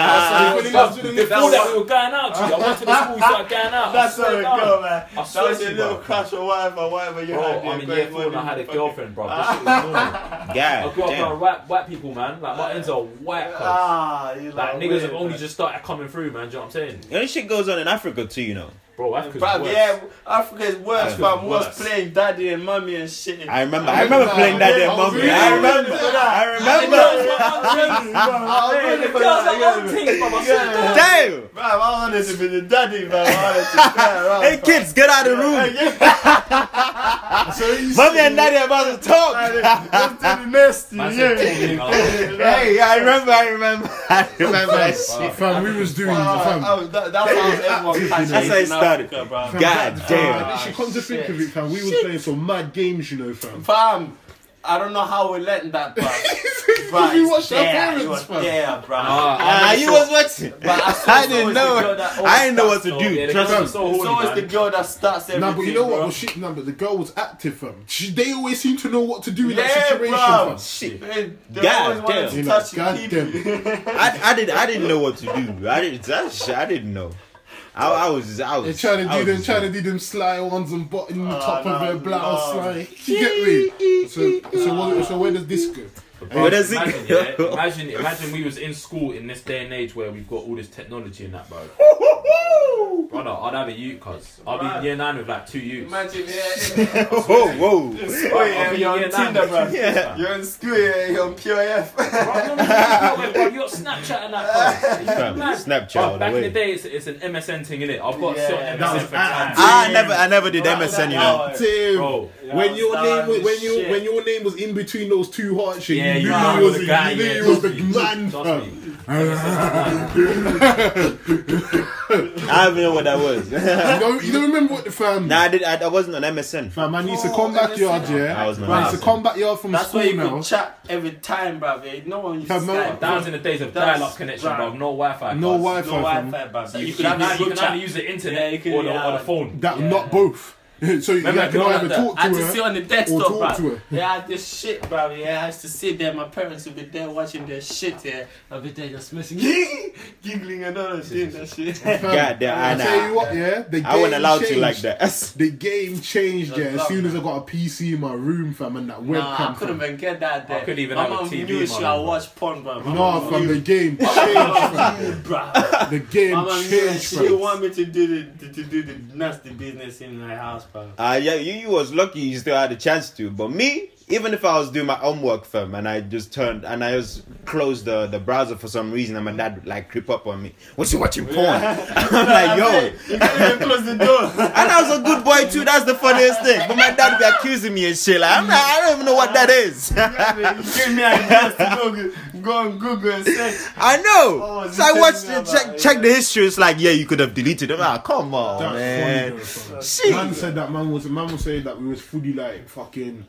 Speaker 5: down.
Speaker 3: you
Speaker 5: That's
Speaker 3: fell in love with the
Speaker 5: before that
Speaker 3: lips.
Speaker 5: we were going out. G. I went to the school, we started going out. I
Speaker 1: That's
Speaker 5: swear
Speaker 1: how it
Speaker 5: down.
Speaker 1: go, man.
Speaker 5: I
Speaker 1: That
Speaker 5: swear
Speaker 1: was
Speaker 5: to
Speaker 1: your
Speaker 5: you,
Speaker 1: little
Speaker 5: bro.
Speaker 1: crush or whatever, whatever you
Speaker 5: Bro,
Speaker 1: had.
Speaker 5: I'm
Speaker 1: yeah,
Speaker 5: in
Speaker 1: going
Speaker 5: year four
Speaker 1: on
Speaker 5: and I had a
Speaker 1: fucking-
Speaker 5: girlfriend, bro. This shit was normal.
Speaker 2: God
Speaker 5: I grew up around
Speaker 2: damn.
Speaker 5: white, white people, man. Like, my ends are white, cuz.
Speaker 1: Ah, you
Speaker 5: Like,
Speaker 1: like
Speaker 5: niggas
Speaker 1: weird,
Speaker 5: have only
Speaker 1: man.
Speaker 5: just started coming through, man. Do you know what I'm saying?
Speaker 2: That shit goes on in Africa too, you know.
Speaker 5: Bro, Africa's
Speaker 1: Bruv,
Speaker 5: worse.
Speaker 1: yeah, Africa's worse,
Speaker 5: Africa's
Speaker 1: fam. Was
Speaker 5: worse.
Speaker 1: playing daddy and mummy and shit.
Speaker 2: I remember. I remember playing that damn movie. I remember. I remember. Damn.
Speaker 1: Bruv, I wanted to be the daddy, bruv. I wanted to play around.
Speaker 2: Hey
Speaker 1: bruv.
Speaker 2: kids, get out of the
Speaker 1: Hey,
Speaker 2: room.
Speaker 1: yeah,
Speaker 2: Mommy and daddy are about to talk.
Speaker 1: let's do the nasty,
Speaker 5: Man
Speaker 1: yeah.
Speaker 5: said, "Hey, man."
Speaker 2: Hey, I remember. I remember. I remember that shit.
Speaker 3: Fam, we was doing,
Speaker 1: Ah,
Speaker 3: fam.
Speaker 1: oh, that- That's how everyone catches
Speaker 2: That's how it
Speaker 1: in
Speaker 2: started.
Speaker 1: Africa, bruv.
Speaker 2: God damn.
Speaker 3: She come to think
Speaker 1: shit.
Speaker 3: of it, fam. We was playing some mad games, you know, fam.
Speaker 1: Fam, I don't know how we learned that, bruv.
Speaker 3: Because
Speaker 1: Bruv,
Speaker 3: we
Speaker 1: it's
Speaker 3: watched our
Speaker 1: there,
Speaker 3: parents,
Speaker 1: it was
Speaker 3: fam.
Speaker 1: there, bruv.
Speaker 2: Ah, you was watching.
Speaker 1: But I saw
Speaker 2: I
Speaker 1: it's
Speaker 2: didn't
Speaker 1: always the
Speaker 2: know.
Speaker 1: girl that always
Speaker 2: I didn't know what
Speaker 1: starts-
Speaker 2: to
Speaker 5: Oh, yeah,
Speaker 2: do.
Speaker 5: the
Speaker 2: Trust me.
Speaker 5: girls are so
Speaker 1: It's always
Speaker 5: horny,
Speaker 1: the
Speaker 5: man.
Speaker 1: girl that starts everything.
Speaker 3: Nah, but you know what
Speaker 1: bro.
Speaker 3: was shit, nah, but the girl was active, fam. She, they always seem to know what to do in that
Speaker 1: Yeah,
Speaker 3: situation,
Speaker 1: bro.
Speaker 3: fam.
Speaker 1: Shit. God
Speaker 2: God damn.
Speaker 1: damn.
Speaker 3: You know,
Speaker 1: Touch
Speaker 3: God
Speaker 1: God
Speaker 3: damn
Speaker 2: I, I didn't I didn't know what to do. I didn't that shit, I didn't know. I, I was just I was
Speaker 3: They're trying to
Speaker 2: I
Speaker 3: do
Speaker 2: was
Speaker 3: them,
Speaker 2: just-
Speaker 3: trying to do them sly ones and button
Speaker 1: Ah,
Speaker 3: the top of
Speaker 1: no,
Speaker 3: her blouse,
Speaker 1: no.
Speaker 3: like you get me. So, so, what, so where does this go?
Speaker 2: Where does it
Speaker 5: imagine,
Speaker 2: go?
Speaker 5: yeah, imagine, imagine we was in school in this day and age where we've got all this technology and that, bro. Brother, I'd have a ute, cuz. I'd be in year nine with like two utes.
Speaker 1: Imagine, yeah.
Speaker 2: Whoa,
Speaker 1: Oh,
Speaker 2: whoa.
Speaker 1: yeah,
Speaker 5: I'll be
Speaker 1: you're on
Speaker 5: here now.
Speaker 1: Tinder, bro.
Speaker 2: Yeah.
Speaker 1: You're in school, yeah, you're on pure F.
Speaker 5: Bro, you're on Snapchat, bro, you're on Snapchat and that, bro.
Speaker 2: Fam,
Speaker 5: Man.
Speaker 2: Snapchat
Speaker 5: Bro,
Speaker 2: all the
Speaker 5: back in the
Speaker 2: way.
Speaker 5: day, it's, it's an MSN thing, innit? I've got
Speaker 1: Yeah,
Speaker 5: yeah,
Speaker 1: that
Speaker 5: MSN
Speaker 3: was
Speaker 5: for time.
Speaker 2: I
Speaker 3: anti-
Speaker 2: never I never did MSN, you know.
Speaker 3: Tim,
Speaker 5: Bro,
Speaker 3: when your
Speaker 1: Nah,
Speaker 3: name was, when
Speaker 1: shit.
Speaker 3: your when your name was in between those two hearts, shit,
Speaker 5: Yeah,
Speaker 3: you
Speaker 5: you
Speaker 3: knew
Speaker 5: know
Speaker 3: you
Speaker 5: you
Speaker 3: was
Speaker 5: was the
Speaker 3: you
Speaker 5: guy,
Speaker 3: knew
Speaker 5: yeah,
Speaker 3: you was the
Speaker 5: trust me,
Speaker 3: man,
Speaker 5: trust
Speaker 3: fam.
Speaker 5: me.
Speaker 2: I don't even know what that was.
Speaker 3: You don't, you don't remember what the fam?
Speaker 2: nah, I, did, I, I wasn't on MSN.
Speaker 3: Fam, I need to come back yard, yeah.
Speaker 2: I was my
Speaker 3: I need
Speaker 2: mindset.
Speaker 3: to come back yard from
Speaker 1: That's why
Speaker 3: school
Speaker 1: you
Speaker 3: now.
Speaker 1: could chat every time, bruv. eh? No one used to
Speaker 3: Fam, no-
Speaker 1: Skype.
Speaker 5: That was in the days of
Speaker 1: That's
Speaker 5: dial-up connection,
Speaker 1: right.
Speaker 5: bro. No Wi-Fi.
Speaker 3: No
Speaker 5: cards.
Speaker 1: No
Speaker 3: Wi-Fi, fam.
Speaker 1: Wi-Fi, bruv.
Speaker 5: You,
Speaker 1: You
Speaker 5: can
Speaker 1: could have a
Speaker 5: you
Speaker 1: group
Speaker 5: can either
Speaker 1: chat.
Speaker 5: use the internet
Speaker 1: Yeah, you can-
Speaker 5: or, the,
Speaker 1: yeah,
Speaker 5: or the
Speaker 1: like-
Speaker 5: phone.
Speaker 3: That not both. so you,
Speaker 5: Remember,
Speaker 3: you
Speaker 5: no,
Speaker 3: can't even
Speaker 5: that-
Speaker 3: talk
Speaker 1: I
Speaker 3: to
Speaker 1: had to
Speaker 3: her.
Speaker 1: sit on the desktop,
Speaker 3: talk to
Speaker 1: bruv.
Speaker 3: her.
Speaker 1: Yeah, I had this shit, bruv. Yeah, I used to sit there. My parents would be there watching their shit, yeah. I'd be there just messing, giggling and all that shit, that shit.
Speaker 3: Fam,
Speaker 2: God damn,
Speaker 3: I
Speaker 2: I know.
Speaker 3: tell you what, yeah, the game
Speaker 2: I wasn't allowed
Speaker 3: changed.
Speaker 2: to like that.
Speaker 3: The game changed, yeah. As
Speaker 1: love
Speaker 3: soon as I
Speaker 1: that.
Speaker 3: got a PC in my room, fam, and that webcam.
Speaker 1: Nah, I couldn't
Speaker 3: fam.
Speaker 1: even get that there.
Speaker 5: I couldn't even
Speaker 1: My
Speaker 5: have a
Speaker 1: mum
Speaker 5: TV,
Speaker 1: knew she
Speaker 5: man.
Speaker 1: I watched porn, bruv. My
Speaker 3: Nah,
Speaker 1: mum
Speaker 3: fam,
Speaker 1: knew,
Speaker 3: the game changed, fam.
Speaker 1: bruv.
Speaker 3: The game
Speaker 1: Mama knew
Speaker 3: changed,
Speaker 1: she
Speaker 3: fam.
Speaker 1: didn't want me to do the to, to do the nasty business in my house, bro.
Speaker 2: Uh, yeah, you, you was lucky you still had a chance to. But me, even if I was doing my homework, fam, and I just turned and I just closed the, the browser for some reason, and my dad would, like creep up on me. Was you watching porn? I'm like, yo.
Speaker 1: you can't even close the door.
Speaker 2: And I was a good boy too. That's the funniest thing. But my dad be accusing me and shit. Like, I'm like, I don't even know what that is.
Speaker 1: Give me ideas to go, go- go on Google and search.
Speaker 2: I know.
Speaker 1: Oh,
Speaker 2: so I
Speaker 1: you
Speaker 2: watched
Speaker 1: tell me
Speaker 2: the check,
Speaker 1: about it.
Speaker 2: check the history. It's like, yeah, you could have deleted them. Ah, come on,
Speaker 3: That's
Speaker 2: man.
Speaker 3: funny, though,
Speaker 2: Shit.
Speaker 3: fam. Man said that man was man was saying that we was fully like fucking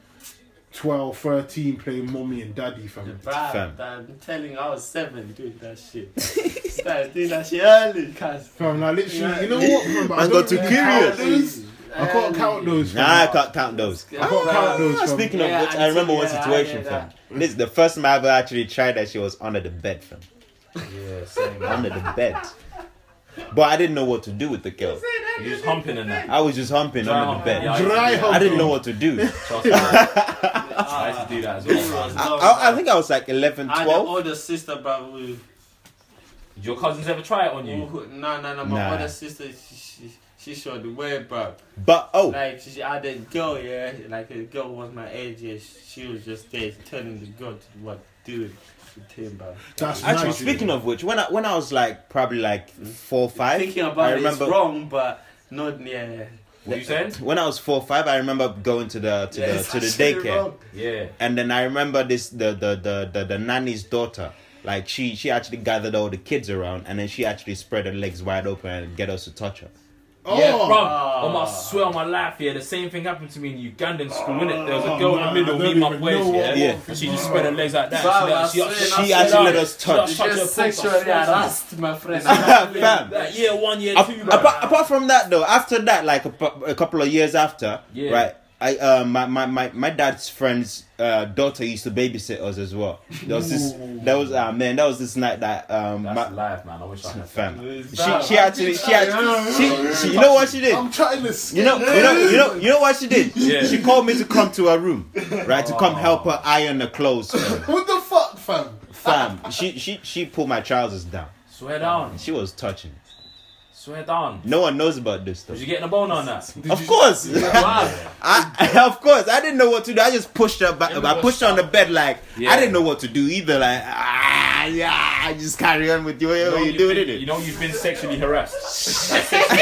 Speaker 3: 12, 13 playing mommy and daddy, fam.
Speaker 2: Fam.
Speaker 1: Bruh, I'm telling you, I was seven doing that shit. Started doing that shit early, cause
Speaker 3: Fam, like literally,
Speaker 1: Yeah.
Speaker 3: you know what? Fam, I
Speaker 2: Man
Speaker 3: don't
Speaker 2: got too
Speaker 3: really
Speaker 2: curious.
Speaker 3: count those. I can't
Speaker 1: Early.
Speaker 3: count those. fam.
Speaker 2: Nah, I can't count those.
Speaker 1: I
Speaker 3: can't count those,
Speaker 2: Ah,
Speaker 3: fam.
Speaker 2: speaking
Speaker 1: Yeah,
Speaker 2: of which, I remember
Speaker 1: until-
Speaker 2: one
Speaker 1: yeah, I
Speaker 2: situation,
Speaker 1: hear
Speaker 2: fam.
Speaker 1: that.
Speaker 2: This is the first time I ever actually tried that shit was under the bed, fam.
Speaker 5: Yeah, same. man.
Speaker 2: Under the bed. But I didn't know what to do with the girl.
Speaker 5: You was humping in that.
Speaker 2: I was just humping under the
Speaker 5: humping, yeah, I
Speaker 2: bed.
Speaker 5: used to do
Speaker 3: Dry
Speaker 5: that.
Speaker 3: hump.
Speaker 2: I didn't know what to do.
Speaker 5: Trust me. I used to do that as well. man.
Speaker 2: I, I, I think I was like 11,
Speaker 1: I had an
Speaker 2: 12.
Speaker 1: older sister, bro. Who,
Speaker 5: Did your cousins ever try it on
Speaker 1: who,
Speaker 5: you?
Speaker 1: who, no, no, no. My
Speaker 2: Nah.
Speaker 1: older sister, she, she, she showed the way, bro.
Speaker 2: But oh,
Speaker 1: Like she had a girl, yeah. Like a girl was my age, yeah. She was just there telling the girl to what do it with him, bro.
Speaker 3: That's
Speaker 2: actually,
Speaker 3: nice,
Speaker 2: speaking of which, when I when I was like probably like four or five,
Speaker 1: Thinking
Speaker 2: I
Speaker 1: about it is
Speaker 2: remember
Speaker 1: wrong, but not yeah.
Speaker 5: What you saying?
Speaker 2: when I was four or five, I remember going to the to
Speaker 1: Yeah,
Speaker 2: the
Speaker 1: it's
Speaker 2: to the
Speaker 1: actually
Speaker 2: daycare,
Speaker 1: wrong.
Speaker 5: Yeah.
Speaker 2: and then I remember this the the, the the the nanny's daughter. Like she she actually gathered all the kids around, and then she actually spread her legs wide open and get us to touch her.
Speaker 3: oh,
Speaker 5: Yeah, bro. On my swear on my life, yeah, the same thing happened to me in Ugandan school, innit? There was a
Speaker 3: Oh,
Speaker 5: girl
Speaker 3: man,
Speaker 5: in the middle,
Speaker 3: I
Speaker 5: me
Speaker 3: don't
Speaker 5: and my
Speaker 3: even know
Speaker 5: boys,
Speaker 3: what
Speaker 5: yeah.
Speaker 2: Yeah.
Speaker 5: And she just spread her legs like that.
Speaker 1: Bro,
Speaker 5: and she,
Speaker 1: I swear,
Speaker 5: let- she, she,
Speaker 2: She actually let
Speaker 5: let
Speaker 2: us touch.
Speaker 5: She
Speaker 1: Just
Speaker 5: just
Speaker 1: sexually harassed my friend.
Speaker 2: Fam.
Speaker 5: Like, year one, year
Speaker 2: Ap-
Speaker 5: two, bro.
Speaker 2: apart, apart from that though, after that, like a, pu- a couple of years after,
Speaker 5: Yeah.
Speaker 2: right? I uh, my, my, my, my dad's friend's uh, daughter used to babysit us as well. There was this, that was uh, man, that was this night that um,
Speaker 5: That's
Speaker 2: my,
Speaker 5: life, man. I wish I had that.
Speaker 2: fam, she she actually she, actually, she, she you know what she did?
Speaker 3: I'm trying to skip.
Speaker 2: You know, you know, you know, you know what she did?
Speaker 5: Yeah.
Speaker 2: She called me to come to her room, right? To come help her iron the clothes. fam.
Speaker 3: What the fuck, fam?
Speaker 2: Fam, she she she pulled my trousers down.
Speaker 5: Swear down.
Speaker 2: She was touching.
Speaker 5: Swear down.
Speaker 2: No one knows about this stuff.
Speaker 5: Was you getting a bone on that?
Speaker 2: Of course,
Speaker 1: Wow.
Speaker 2: I, of course, I didn't know what to do. I just pushed her back. I pushed her on the bed like I
Speaker 5: Yeah.
Speaker 2: didn't know what to do either. Like ah, yeah, I just carry on with you. Whatever you
Speaker 5: you've
Speaker 2: do,
Speaker 5: been-
Speaker 2: did
Speaker 5: You
Speaker 2: it?
Speaker 5: know you've been sexually harassed.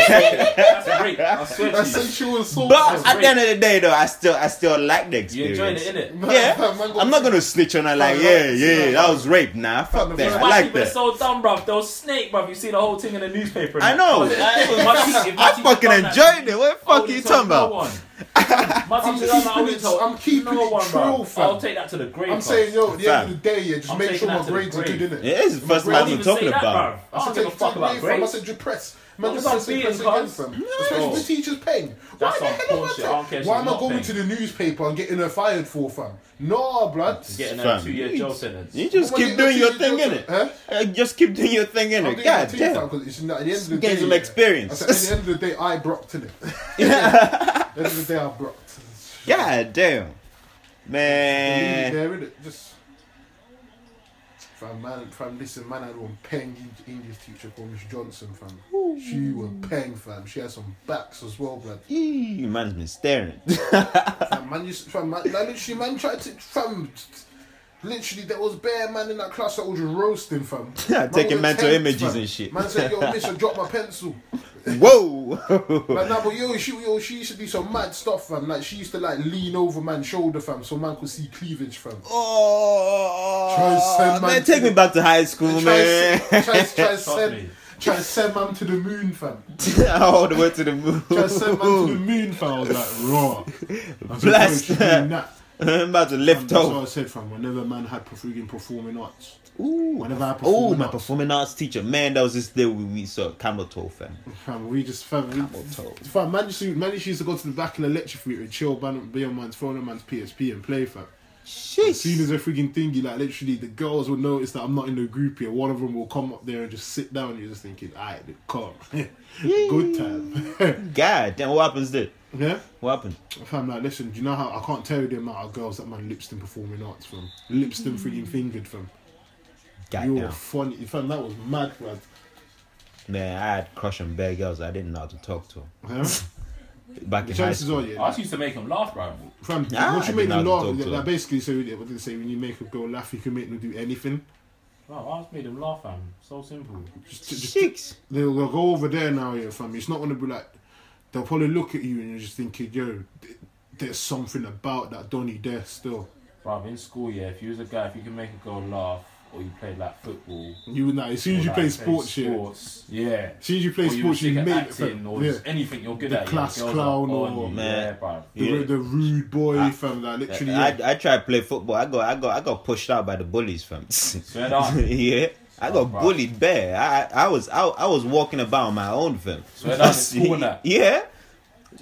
Speaker 5: That's rape. I swear
Speaker 3: That's
Speaker 5: to you.
Speaker 3: sexual assault.
Speaker 2: But
Speaker 5: That's
Speaker 2: at
Speaker 5: great.
Speaker 2: the end of the day, though, I still, I still like the
Speaker 5: You're enjoying it,
Speaker 2: experience.
Speaker 5: innit?
Speaker 3: Man,
Speaker 2: Yeah,
Speaker 3: man got-
Speaker 2: I'm not gonna snitch on her like,
Speaker 3: Fam,
Speaker 2: yeah,
Speaker 3: like,
Speaker 2: yeah,
Speaker 3: yeah,
Speaker 2: that was rape. Nah, fuck
Speaker 3: Fam,
Speaker 2: that.
Speaker 3: that's
Speaker 2: I
Speaker 5: Why
Speaker 2: like
Speaker 5: people are
Speaker 2: that.
Speaker 5: so dumb, bruv? Those snake, bruv. You see the whole thing in the newspaper. innit?
Speaker 2: I know.
Speaker 5: If my teacher- if my
Speaker 2: I
Speaker 5: teacher
Speaker 2: fucking
Speaker 5: done that,
Speaker 2: enjoyed it. What the
Speaker 5: I
Speaker 3: Oh,
Speaker 2: fuck are
Speaker 5: would've
Speaker 2: you
Speaker 5: told
Speaker 2: talking
Speaker 5: no
Speaker 2: about?
Speaker 5: one. My teacher done that. I
Speaker 3: keeping
Speaker 5: would've
Speaker 3: it-
Speaker 5: told
Speaker 3: I'm keeping
Speaker 5: no
Speaker 3: it
Speaker 5: one, bruv.
Speaker 3: true, fam.
Speaker 5: I'll take that to the grave.
Speaker 3: I'm
Speaker 5: bruh.
Speaker 3: saying, yo, at the
Speaker 2: Fam.
Speaker 3: end of the day, yeah, just
Speaker 5: I'm
Speaker 3: make sure
Speaker 5: taking that
Speaker 3: my
Speaker 5: to the
Speaker 3: grades are
Speaker 5: grade.
Speaker 3: good, innit?
Speaker 2: Yeah, it's the first
Speaker 5: I
Speaker 2: man
Speaker 5: don't
Speaker 2: we're
Speaker 5: even
Speaker 2: talking
Speaker 5: say that,
Speaker 2: about.
Speaker 5: bruv.
Speaker 3: I
Speaker 5: I
Speaker 3: said,
Speaker 5: don't give a
Speaker 3: take,
Speaker 5: fuck
Speaker 3: take away
Speaker 5: about
Speaker 3: from. I
Speaker 5: grades.
Speaker 3: said, depress. Man,
Speaker 5: Look
Speaker 3: this
Speaker 5: at
Speaker 3: is
Speaker 5: some
Speaker 3: depress
Speaker 5: beatings,
Speaker 3: again,
Speaker 5: cuz.
Speaker 3: fam. Especially
Speaker 5: Bro.
Speaker 3: with teachers paying.
Speaker 5: That's
Speaker 3: Why the
Speaker 5: some
Speaker 3: hell am I
Speaker 5: bullshit. I don't care
Speaker 3: ta-
Speaker 5: if
Speaker 3: Why
Speaker 5: she's
Speaker 3: am I
Speaker 5: not
Speaker 3: going
Speaker 5: paying.
Speaker 3: to the newspaper and getting her fired for, fam? Nah, blood.
Speaker 5: Getting a
Speaker 2: Fam.
Speaker 5: two-year jail sentence.
Speaker 2: You just
Speaker 3: What
Speaker 2: keep
Speaker 3: you
Speaker 2: doing
Speaker 3: do
Speaker 2: your
Speaker 3: to
Speaker 2: thing
Speaker 3: your
Speaker 2: in it.
Speaker 3: daughter, huh?
Speaker 2: Just keep doing your thing in
Speaker 3: I'm
Speaker 2: it.
Speaker 3: doing my
Speaker 2: God
Speaker 3: thing, fam,
Speaker 2: damn.
Speaker 3: 'cause it's not- at the end of the
Speaker 2: Gain
Speaker 3: day,
Speaker 2: some
Speaker 3: yeah.
Speaker 2: experience.
Speaker 3: I said, At the end of the day, I brocked in it. At the end of the day, I brocked.
Speaker 2: God damn.
Speaker 3: Leave
Speaker 2: Man.
Speaker 3: there, innit? Just. Fam, man, fam, listen, man had one peng Eng- English teacher called Miss Johnson, fam. She was peng, fam. She had some backs as well, blood.
Speaker 2: Eee, man's been staring.
Speaker 3: Fam, man, you, fam, man, like, literally, man tried to, fam, literally, there was bare man in that class that was roasting, fam.
Speaker 2: Taking
Speaker 3: was
Speaker 2: mental
Speaker 3: tense,
Speaker 2: images
Speaker 3: fam.
Speaker 2: and shit.
Speaker 3: Man said, yo, miss, I dropped my pencil.
Speaker 2: Whoa.
Speaker 3: Like, nah, but yo, she, yo, she used to do some mad stuff, fam. Like, she used to, like, lean over man's shoulder, fam, so man could see cleavage, fam.
Speaker 2: Oh,
Speaker 3: Try and send
Speaker 2: man,
Speaker 3: man
Speaker 2: take
Speaker 3: to-
Speaker 2: me back to high school,
Speaker 3: Try and
Speaker 2: man.
Speaker 3: se- try and- try and
Speaker 5: Stop me.
Speaker 3: send- try and send man to the moon, fam.
Speaker 2: All the way to the moon.
Speaker 3: Try and send man to the moon, fam. I was like, raw. I was like,
Speaker 2: Blast.
Speaker 3: yo, she doing that.
Speaker 2: I'm about to
Speaker 3: And
Speaker 2: lift
Speaker 3: That's what
Speaker 2: off.
Speaker 3: I said, fam. Whenever man had freaking performing arts,
Speaker 2: Ooh,
Speaker 3: whenever I perform,
Speaker 2: Ooh, my
Speaker 3: arts,
Speaker 2: performing arts teacher. Man, that was this day we, we saw Camel Toe, fam.
Speaker 3: fam, we just fam, we,
Speaker 2: Camel Toe.
Speaker 3: fam. Man used, to, man used to go to the back of the lecture theatre and chill, man, be on man's phone, on man's PSP, and play, fam. As soon
Speaker 2: Sheesh.
Speaker 3: as a freaking thingy, like literally, the girls will notice that I'm not in the group here. One of them will come up there and just sit down. You're just thinking, alright, then come, good time,
Speaker 2: God damn, what happens there?
Speaker 3: yeah.
Speaker 2: What happened?
Speaker 3: Fam, like, listen, do you know how I can't tell you the amount of girls that man Lipston performing arts from? Lipston freaking fingered from.
Speaker 2: God
Speaker 3: You were
Speaker 2: damn.
Speaker 3: funny, fam. That was mad, man.
Speaker 2: Man, I had crush on bare girls I didn't know how to talk to.
Speaker 3: Huh?
Speaker 2: Back in high
Speaker 3: Chances
Speaker 2: school.
Speaker 3: are, yeah.
Speaker 5: I just used to make him laugh, bro.
Speaker 3: Fam,
Speaker 2: Ah,
Speaker 3: once
Speaker 2: I
Speaker 3: you
Speaker 2: didn't
Speaker 3: make them
Speaker 2: know how
Speaker 3: laugh,
Speaker 2: to talk to
Speaker 3: like,
Speaker 2: her.
Speaker 3: basically, so what did they say? When you make a girl laugh, you can make them do anything.
Speaker 5: Bro, I just made him laugh, fam. So simple.
Speaker 3: Just, just,
Speaker 2: Sheesh.
Speaker 3: they'll, they'll go over there now, yeah, fam. It's not gonna be like they'll probably look at you and you're just thinking, yo, th- there's something about that Donny there still.
Speaker 5: Bro, in school, yeah, if you was a guy, if you could make a girl laugh, or you played like football,
Speaker 3: You would like, as soon as you
Speaker 5: or,
Speaker 3: play
Speaker 5: like, played
Speaker 3: sports, yeah. As
Speaker 5: sports, yeah.
Speaker 3: soon as you play
Speaker 5: or you were
Speaker 3: sports, you
Speaker 5: sick at
Speaker 3: make it.
Speaker 5: acting,
Speaker 3: Fam.
Speaker 5: or
Speaker 3: Yeah.
Speaker 5: just anything you're good
Speaker 3: The
Speaker 5: at.
Speaker 3: class
Speaker 5: yeah, girls
Speaker 3: clown
Speaker 5: are on
Speaker 3: or-
Speaker 5: you,
Speaker 2: Man.
Speaker 5: yeah, bro.
Speaker 3: The,
Speaker 2: Yeah.
Speaker 3: the rude boy,
Speaker 2: Ah.
Speaker 3: fam. Like literally, yeah.
Speaker 2: I, I tried to play football. I got I got I got pushed out by the bullies, fam.
Speaker 5: Straight up.
Speaker 2: yeah. I
Speaker 5: Oh,
Speaker 2: got
Speaker 5: bruh.
Speaker 2: bullied bare. I I was I, I was walking about on my own fam.
Speaker 5: Straight up in school and that.
Speaker 2: yeah.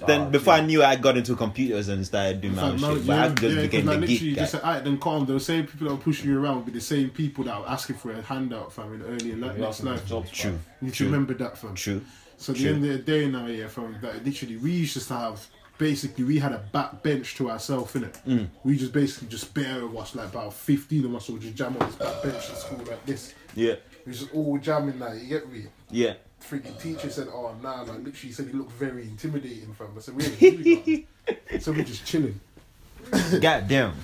Speaker 2: Then
Speaker 3: Ah,
Speaker 5: Oh,
Speaker 2: before I
Speaker 5: dude.
Speaker 2: knew it, I got into computers and started doing my own
Speaker 3: Fam, now,
Speaker 2: shit. But
Speaker 3: yeah,
Speaker 2: I just
Speaker 3: yeah, 'cause,
Speaker 2: became
Speaker 3: like,
Speaker 2: the
Speaker 3: literally
Speaker 2: geek guy.
Speaker 3: just like, alright, then calm. Those same people that were pushing you around be the same people that were asking for a handout, fam, in early like,
Speaker 5: We
Speaker 3: next
Speaker 5: also
Speaker 3: life.
Speaker 5: got jobs,
Speaker 2: True.
Speaker 5: bruv.
Speaker 3: You need to
Speaker 2: True.
Speaker 3: remember that, fam.
Speaker 2: True.
Speaker 3: So at the
Speaker 2: True.
Speaker 3: end of the day now, yeah, from that literally we used to have basically we had a back bench to ourselves, innit? Mm. We just basically just bare of us, like about fifteen of us would just jam on this back bench at school like this.
Speaker 2: Yeah.
Speaker 3: We just all jamming like you get me?
Speaker 2: Yeah.
Speaker 3: Freaking teacher said, Oh nah, like literally he said he looked very intimidating fam. I said, We ain't doing that. So we just chilling.
Speaker 2: God damn.
Speaker 3: We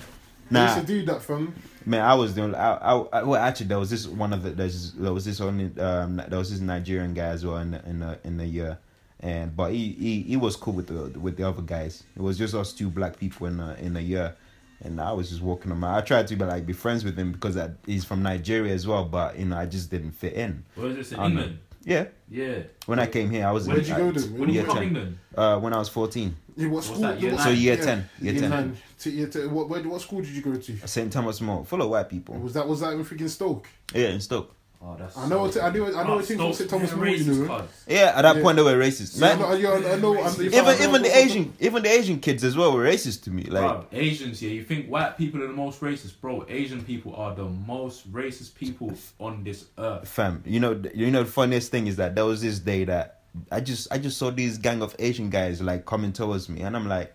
Speaker 2: Nah.
Speaker 3: used to do that fam.
Speaker 2: Man, I was doing. I, I, I- well, actually, there was this one of the. There's, there was this only. Um, there was this Nigerian guy as well in the, in the in the year, and but he, he he was cool with the with the other guys. It was just us two black people in the in the year, and I was just walking him. out. I tried to be like be friends with him because I, he's from Nigeria as well, but you know I just didn't fit in.
Speaker 5: Where is this in
Speaker 2: I know.
Speaker 5: England?
Speaker 2: Yeah,
Speaker 5: Yeah.
Speaker 2: when I came here, I was.
Speaker 3: Where
Speaker 2: in-
Speaker 3: did you go
Speaker 2: I-
Speaker 3: to? When
Speaker 5: When you
Speaker 2: year
Speaker 5: were from
Speaker 2: 10.
Speaker 5: England?
Speaker 2: Uh, when I was fourteen,
Speaker 3: Yeah, what
Speaker 5: What's
Speaker 3: school?
Speaker 5: that, year
Speaker 3: what-
Speaker 2: so
Speaker 5: nine?
Speaker 2: year ten, year ten,
Speaker 3: nine. To- year ten. What, where, what school did you go to?
Speaker 2: Saint Thomas More, full of white people.
Speaker 3: Was that was that in freaking Stoke?
Speaker 2: Yeah, in Stoke.
Speaker 5: Oh, that's. Ah,
Speaker 3: I know. I knew. I know. it seems from St Thomas More. You know.
Speaker 2: Yeah, at that point they were racist.
Speaker 3: Yeah, I
Speaker 2: Man,
Speaker 3: know- yeah, I know- I know- I know- if I
Speaker 2: even
Speaker 3: know
Speaker 2: even the
Speaker 3: what's-
Speaker 2: Asian even the Asian kids as well were racist to me. Like
Speaker 5: Bro, Asians, yeah. You think white people are the most racist, bro? Asian people are the most racist people on this earth.
Speaker 2: fam, you know th- you know the funniest thing is that there was this day that I just I just saw these gang of Asian guys like coming towards me and I'm like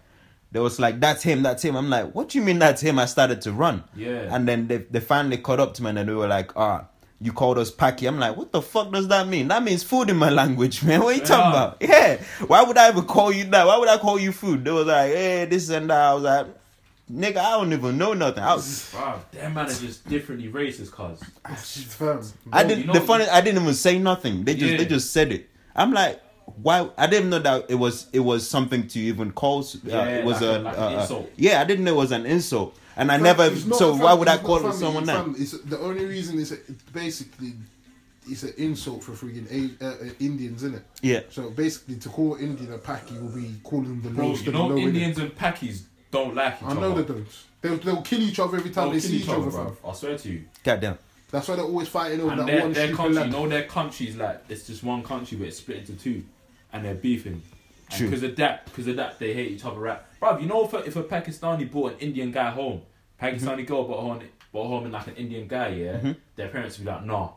Speaker 2: they was like that's him that's him. I'm like what do you mean that's him? I started to run.
Speaker 5: Yeah.
Speaker 2: And then they they finally caught up to me and then they were like ah. You called us Paki. I'm like, what the fuck does that mean? That means food in my language, man. What are you
Speaker 5: Yeah.
Speaker 2: talking about? Yeah. Why would I even call you that? Why would I call you food? They was like, hey, this and that. I was like, nigga, I don't even know nothing. I was,
Speaker 5: Bro, their managers differently racist, cuz.
Speaker 3: Oh, Fam,
Speaker 2: I
Speaker 3: bro,
Speaker 2: didn't.
Speaker 5: you know-
Speaker 2: the funny, I didn't even say nothing. They just,
Speaker 5: Yeah.
Speaker 2: they just said it. I'm like, why? I didn't know that it was, it was something to even call. s- Uh,
Speaker 5: Yeah,
Speaker 2: it was
Speaker 5: like
Speaker 2: a,
Speaker 5: a- like
Speaker 2: uh,
Speaker 5: an
Speaker 2: uh,
Speaker 5: insult.
Speaker 2: Yeah, I didn't know it was an insult, and I
Speaker 3: fam,
Speaker 2: never.
Speaker 3: it's not
Speaker 2: So
Speaker 3: a
Speaker 2: why
Speaker 3: fam,
Speaker 2: would I
Speaker 3: it's not
Speaker 2: call
Speaker 3: fam,
Speaker 2: someone
Speaker 3: it's
Speaker 2: that?
Speaker 3: fam. It's the only reason is basically it's an insult for freaking A- uh, uh, Indians, isn't it?
Speaker 2: Yeah.
Speaker 3: So basically, to call Indian a Paki will be calling them the
Speaker 5: Bro,
Speaker 3: lowest
Speaker 5: you
Speaker 3: of the
Speaker 5: know
Speaker 3: low. innit?
Speaker 5: Indians and Pakis don't like each
Speaker 3: I
Speaker 5: other.
Speaker 3: know they don't. They'll, they'll kill each other every time
Speaker 5: Don't
Speaker 3: they
Speaker 5: kill
Speaker 3: see each other. fam.
Speaker 5: bruv. I swear to you.
Speaker 2: Goddamn.
Speaker 3: That's why they're always fighting over
Speaker 5: And
Speaker 3: that
Speaker 5: their,
Speaker 3: one
Speaker 5: their
Speaker 3: stupid
Speaker 5: country,
Speaker 3: land.
Speaker 5: you know, their country's like it's just one country, but it's split into two, and they're beefing.
Speaker 2: True.
Speaker 5: Because of that, because of that, they hate each other. Right, bruv. You know, if a, if a Pakistani brought an Indian guy home,
Speaker 2: Mm-hmm.
Speaker 5: Pakistani girl brought home brought home like an Indian guy, yeah, their parents would be like, nah.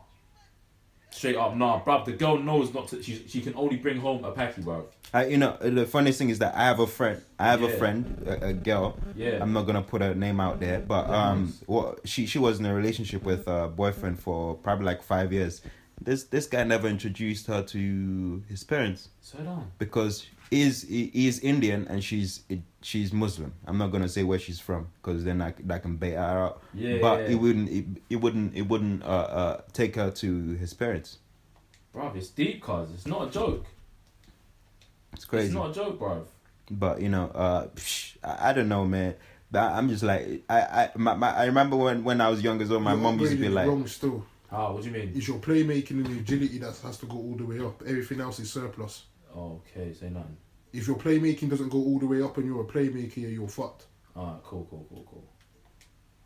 Speaker 5: Straight up, nah, bruv. The girl knows not to. She, she can only bring home a Paki, bruv.
Speaker 2: I, you know, the funniest thing is that I have a friend. I have a
Speaker 5: Yeah.
Speaker 2: friend, a, a girl.
Speaker 5: Yeah.
Speaker 2: I'm not gonna put her name out there, but um, well, she she was in a relationship with a boyfriend for probably like five years. This this guy never introduced her to his parents.
Speaker 5: So down.
Speaker 2: because he's he he is Indian and she's she's Muslim. I'm not gonna say where she's from because then I, c- that can bait her out.
Speaker 5: Yeah,
Speaker 2: but
Speaker 5: yeah.
Speaker 2: it wouldn't it, it wouldn't it wouldn't uh, uh take her to his parents.
Speaker 5: Bruv, it's deep, cause it's not a joke.
Speaker 2: It's crazy.
Speaker 5: It's not a joke, bro.
Speaker 2: but you know uh psh, I, I don't know man but I- i'm just like i i my, my i remember when when i was younger as well my
Speaker 3: Your
Speaker 2: mom used to be
Speaker 3: upgrading is
Speaker 2: like
Speaker 3: wrong still.
Speaker 5: Ah, what do you mean?
Speaker 3: It's your playmaking and your agility that has to go all the way up. Everything else is surplus.
Speaker 5: Oh, okay, say nothing.
Speaker 3: If your playmaking doesn't go all the way up and you're a playmaker, you're fucked.
Speaker 5: Alright, cool, cool, cool, cool.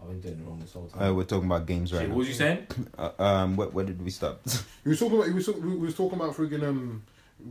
Speaker 5: I've been doing it wrong this whole time.
Speaker 2: uh, we're talking about games
Speaker 5: Shit,
Speaker 2: right
Speaker 5: what
Speaker 2: now
Speaker 5: was you saying?
Speaker 2: uh, um where, where did we stop
Speaker 3: We were talking about we were, talk- we were talking about friggin' um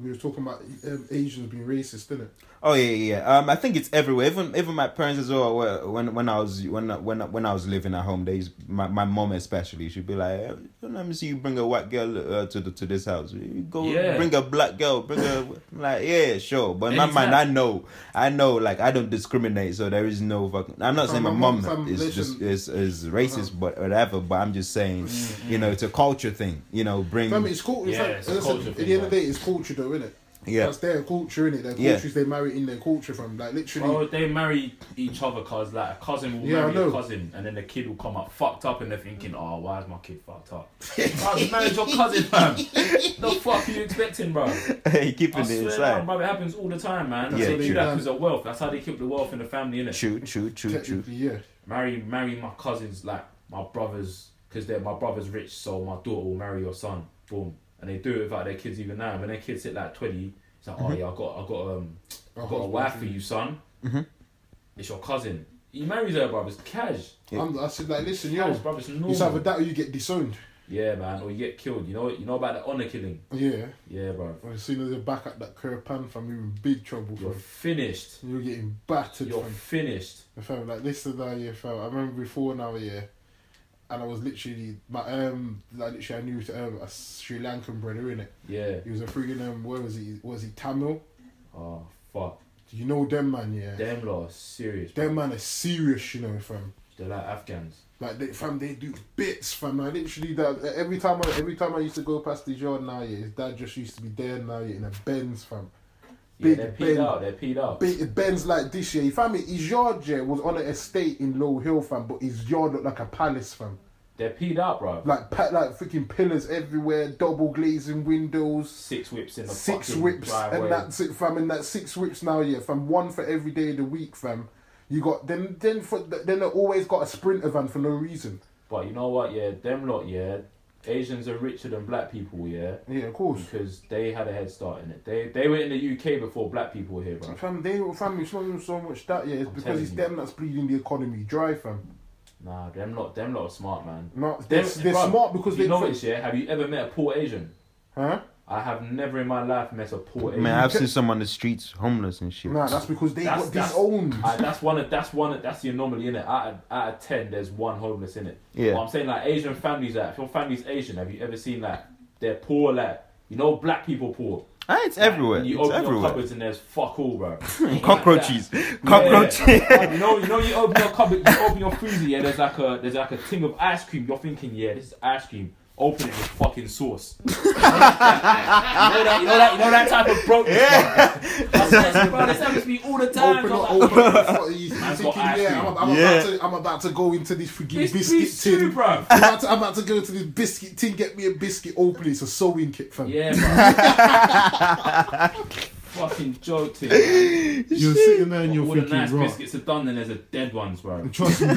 Speaker 3: we were talking about um, Asians being racist, didn't it?
Speaker 2: oh yeah yeah yeah. um i think it's everywhere even even my parents as well were- when when i was when I- when I- when i was living at home they used, my, my mom especially she'd be like "Eh, let me see you bring a white girl uh, to the to this house you go
Speaker 5: Yeah.
Speaker 2: bring a black girl bring a I'm like yeah sure but in my mind i
Speaker 5: Anytime.
Speaker 2: know i know like i don't discriminate so there is no fucking i'm not
Speaker 3: Fam,
Speaker 2: saying my
Speaker 3: my
Speaker 2: mom
Speaker 3: mom- fam,
Speaker 2: is just
Speaker 3: listen.
Speaker 2: is is racist but whatever but i'm just saying you know it's a culture thing you know bring
Speaker 3: Fam, it's culture.
Speaker 5: Yeah, it's a
Speaker 3: listen,
Speaker 5: culture
Speaker 3: at
Speaker 5: thing,
Speaker 3: the end of the
Speaker 5: man.
Speaker 3: day, it's culture, though, isn't it?
Speaker 2: yeah
Speaker 3: That's their culture, isn't it? Their
Speaker 2: Yeah.
Speaker 3: cultures they marry in their culture from. Like literally,
Speaker 5: Bro, Oh, they marry each other because like a cousin will
Speaker 3: Yeah, I
Speaker 5: marry a
Speaker 3: know.
Speaker 5: cousin, and then the kid will come up fucked up, and they're thinking, "Oh, why is my kid fucked up?" bro, you married your cousin, man. the fuck are you expecting, bro?
Speaker 2: hey
Speaker 5: I
Speaker 2: keeping it
Speaker 5: swear,
Speaker 2: inside
Speaker 5: down, bro, it happens all the time, man.
Speaker 2: Yeah,
Speaker 5: they do
Speaker 2: true.
Speaker 5: that because of wealth. That's how they keep the wealth in the family, innit?
Speaker 2: true true true true
Speaker 3: technically, yeah.
Speaker 5: Marry, marry my cousins, like my brothers, because they're my brother's rich, so my daughter will marry your son. Boom, and they do it without their kids even now. When their kids hit like twenty, it's like,
Speaker 3: Mm-hmm.
Speaker 5: "Oh yeah, I got, I got um." I've got a wife for you, son.
Speaker 3: Mm-hmm.
Speaker 5: It's your cousin. He marries her, bruv. It's cash.
Speaker 3: I'm, I said like, listen, yo,
Speaker 5: Cash, bruv. It's
Speaker 3: you either
Speaker 5: normal.
Speaker 3: that or you get disowned.
Speaker 5: Yeah, man. Or you get killed. You know You know about the honor killing?
Speaker 3: Yeah.
Speaker 5: Yeah, bruv.
Speaker 3: Well, As soon as you're back at that Kerpan fam, you're in big trouble,
Speaker 5: You're
Speaker 3: fam.
Speaker 5: finished.
Speaker 3: You're getting battered,
Speaker 5: You're
Speaker 3: fam.
Speaker 5: finished.
Speaker 3: Fam, like this is that year, fam. I remember before now, yeah, and I was literally my um, like literally I knew um, a Sri Lankan brother in it.
Speaker 5: Yeah.
Speaker 3: He was a friggin' um, where was he? Was he Tamil?
Speaker 5: Oh, fuck.
Speaker 3: You know them man, yeah. Them,
Speaker 5: Them lot are serious. bruv.
Speaker 3: man are serious, you know, fam.
Speaker 5: They're like Afghans.
Speaker 3: Like they, fam, they do bits, fam. I literally that every time I every time I used to go past the yard now, yeah, his dad just used to be there now, yeah, in a Benz, fam.
Speaker 5: Yeah,
Speaker 3: Big
Speaker 5: they're peed
Speaker 3: Ben.
Speaker 5: out. They're peed out.
Speaker 3: Be- Benz like this year. He found me his yard yeah, was on an estate in Low Hill, fam, but his yard looked like a palace, fam.
Speaker 5: They're peed out, bruv.
Speaker 3: Like pat like freaking pillars everywhere, double glazing windows,
Speaker 5: Six whips in the
Speaker 3: six
Speaker 5: fucking
Speaker 3: whips,
Speaker 5: driveway.
Speaker 3: and that's it, fam. And that six whips now, yeah, fam. One for every day of the week, fam. You got then then for then they always got a sprinter van for no reason.
Speaker 5: But you know what? Yeah, them lot. Yeah, Asians are richer than black people. Yeah.
Speaker 3: Yeah, of course.
Speaker 5: because they had a head start in it. They they were in the UK before black people were here, bro.
Speaker 3: Fam, they fam, it's not even so much that yeah, it's because
Speaker 5: telling
Speaker 3: it's
Speaker 5: you.
Speaker 3: them that's bleeding the economy dry, fam.
Speaker 5: Nah, them lot them lot are smart, man.
Speaker 3: No, they're,
Speaker 5: Them-
Speaker 3: they're
Speaker 5: bro,
Speaker 3: smart because
Speaker 5: you
Speaker 3: they
Speaker 5: know this, yeah. Have you ever met a poor Asian?
Speaker 3: huh?
Speaker 5: I have never in my life met a poor Asian.
Speaker 2: Man, I've seen some on the streets, homeless and shit.
Speaker 3: Nah, that's because they
Speaker 5: That's-
Speaker 3: got
Speaker 5: that's-
Speaker 3: disowned.
Speaker 5: I- that's one of that's one of, that's the anomaly in it. Out of, out of ten, there's one homeless in it.
Speaker 2: Yeah.
Speaker 5: But I'm saying like Asian families, like if your family's Asian, have you ever seen like they're poor, like you know black people poor.
Speaker 2: Ah, it's
Speaker 5: Like,
Speaker 2: everywhere.
Speaker 5: You
Speaker 2: It's
Speaker 5: open your
Speaker 2: everywhere.
Speaker 5: cupboards and there's fuck all, bro.
Speaker 2: Cockroaches,
Speaker 5: Yeah.
Speaker 2: cockroaches.
Speaker 5: Like, you know, you know, you open your cupboard, you open your freezer, yeah. There's like a, there's like a thing of ice cream. You're thinking, yeah, this is ice cream. Open it with fucking sauce. you, know that, you know that, you know that type of broke. Yeah. bro, this happens to me all the time.
Speaker 3: Open
Speaker 5: I'm
Speaker 3: up,
Speaker 5: like,
Speaker 3: open up. He's
Speaker 5: Man's
Speaker 3: thinking,
Speaker 5: got ice
Speaker 3: yeah, I'm, I'm,
Speaker 2: Yeah.
Speaker 3: About to, I'm about to go into this freaking
Speaker 5: This
Speaker 3: biscuit
Speaker 5: piece too,
Speaker 3: tin.
Speaker 5: bro.
Speaker 3: I'm about, to, I'm about to go into this biscuit tin, get me a biscuit, open it, it's a sewing kit, fam.
Speaker 5: Yeah, bro. fucking joke to you.
Speaker 3: You're sitting there and
Speaker 5: man.
Speaker 3: you're
Speaker 5: All the
Speaker 3: thinking,
Speaker 5: nice
Speaker 3: right.
Speaker 5: biscuits are done, then there's a dead ones, bro.
Speaker 3: Trust me.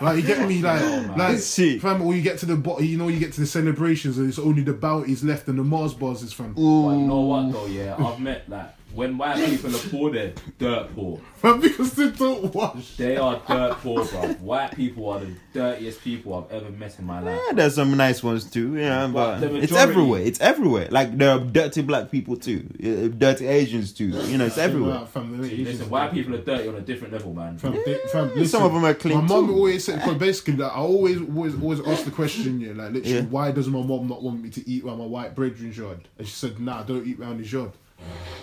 Speaker 3: Like you get me, like,
Speaker 5: Oh, man.
Speaker 3: like
Speaker 2: Shit.
Speaker 3: fam. Or you get to the bottom, you know, you get to the celebrations, and it's only the bounties left and the Mars bars is fam.
Speaker 5: But you know
Speaker 3: Mm.
Speaker 5: what though, yeah, I've met like when white people are poor, they're dirt poor.
Speaker 3: Fam, because they don't wash.
Speaker 5: They are dirt poor, bro. White people are the dirtiest people I've ever met in my life.
Speaker 2: Yeah, there's some nice ones too. Yeah, but,
Speaker 5: But the
Speaker 2: it's
Speaker 5: majority-
Speaker 2: everywhere. It's everywhere. Like there are dirty black people too, uh, dirty Asians too. You know, it's everywhere.
Speaker 3: Nah, fam, they ain't
Speaker 5: Listen,
Speaker 3: Asians.
Speaker 5: white people are dirty on a different level, man.
Speaker 3: Fam, they- fam, listen,
Speaker 2: of 'em are clean
Speaker 3: My mum
Speaker 2: too.
Speaker 3: always said, because basically, like, I always, always, always ask the question, yeah, like, literally,
Speaker 2: Yeah.
Speaker 3: why does my mum not want me to eat round my white brethren's yard? And she said, nah, don't eat round his yard.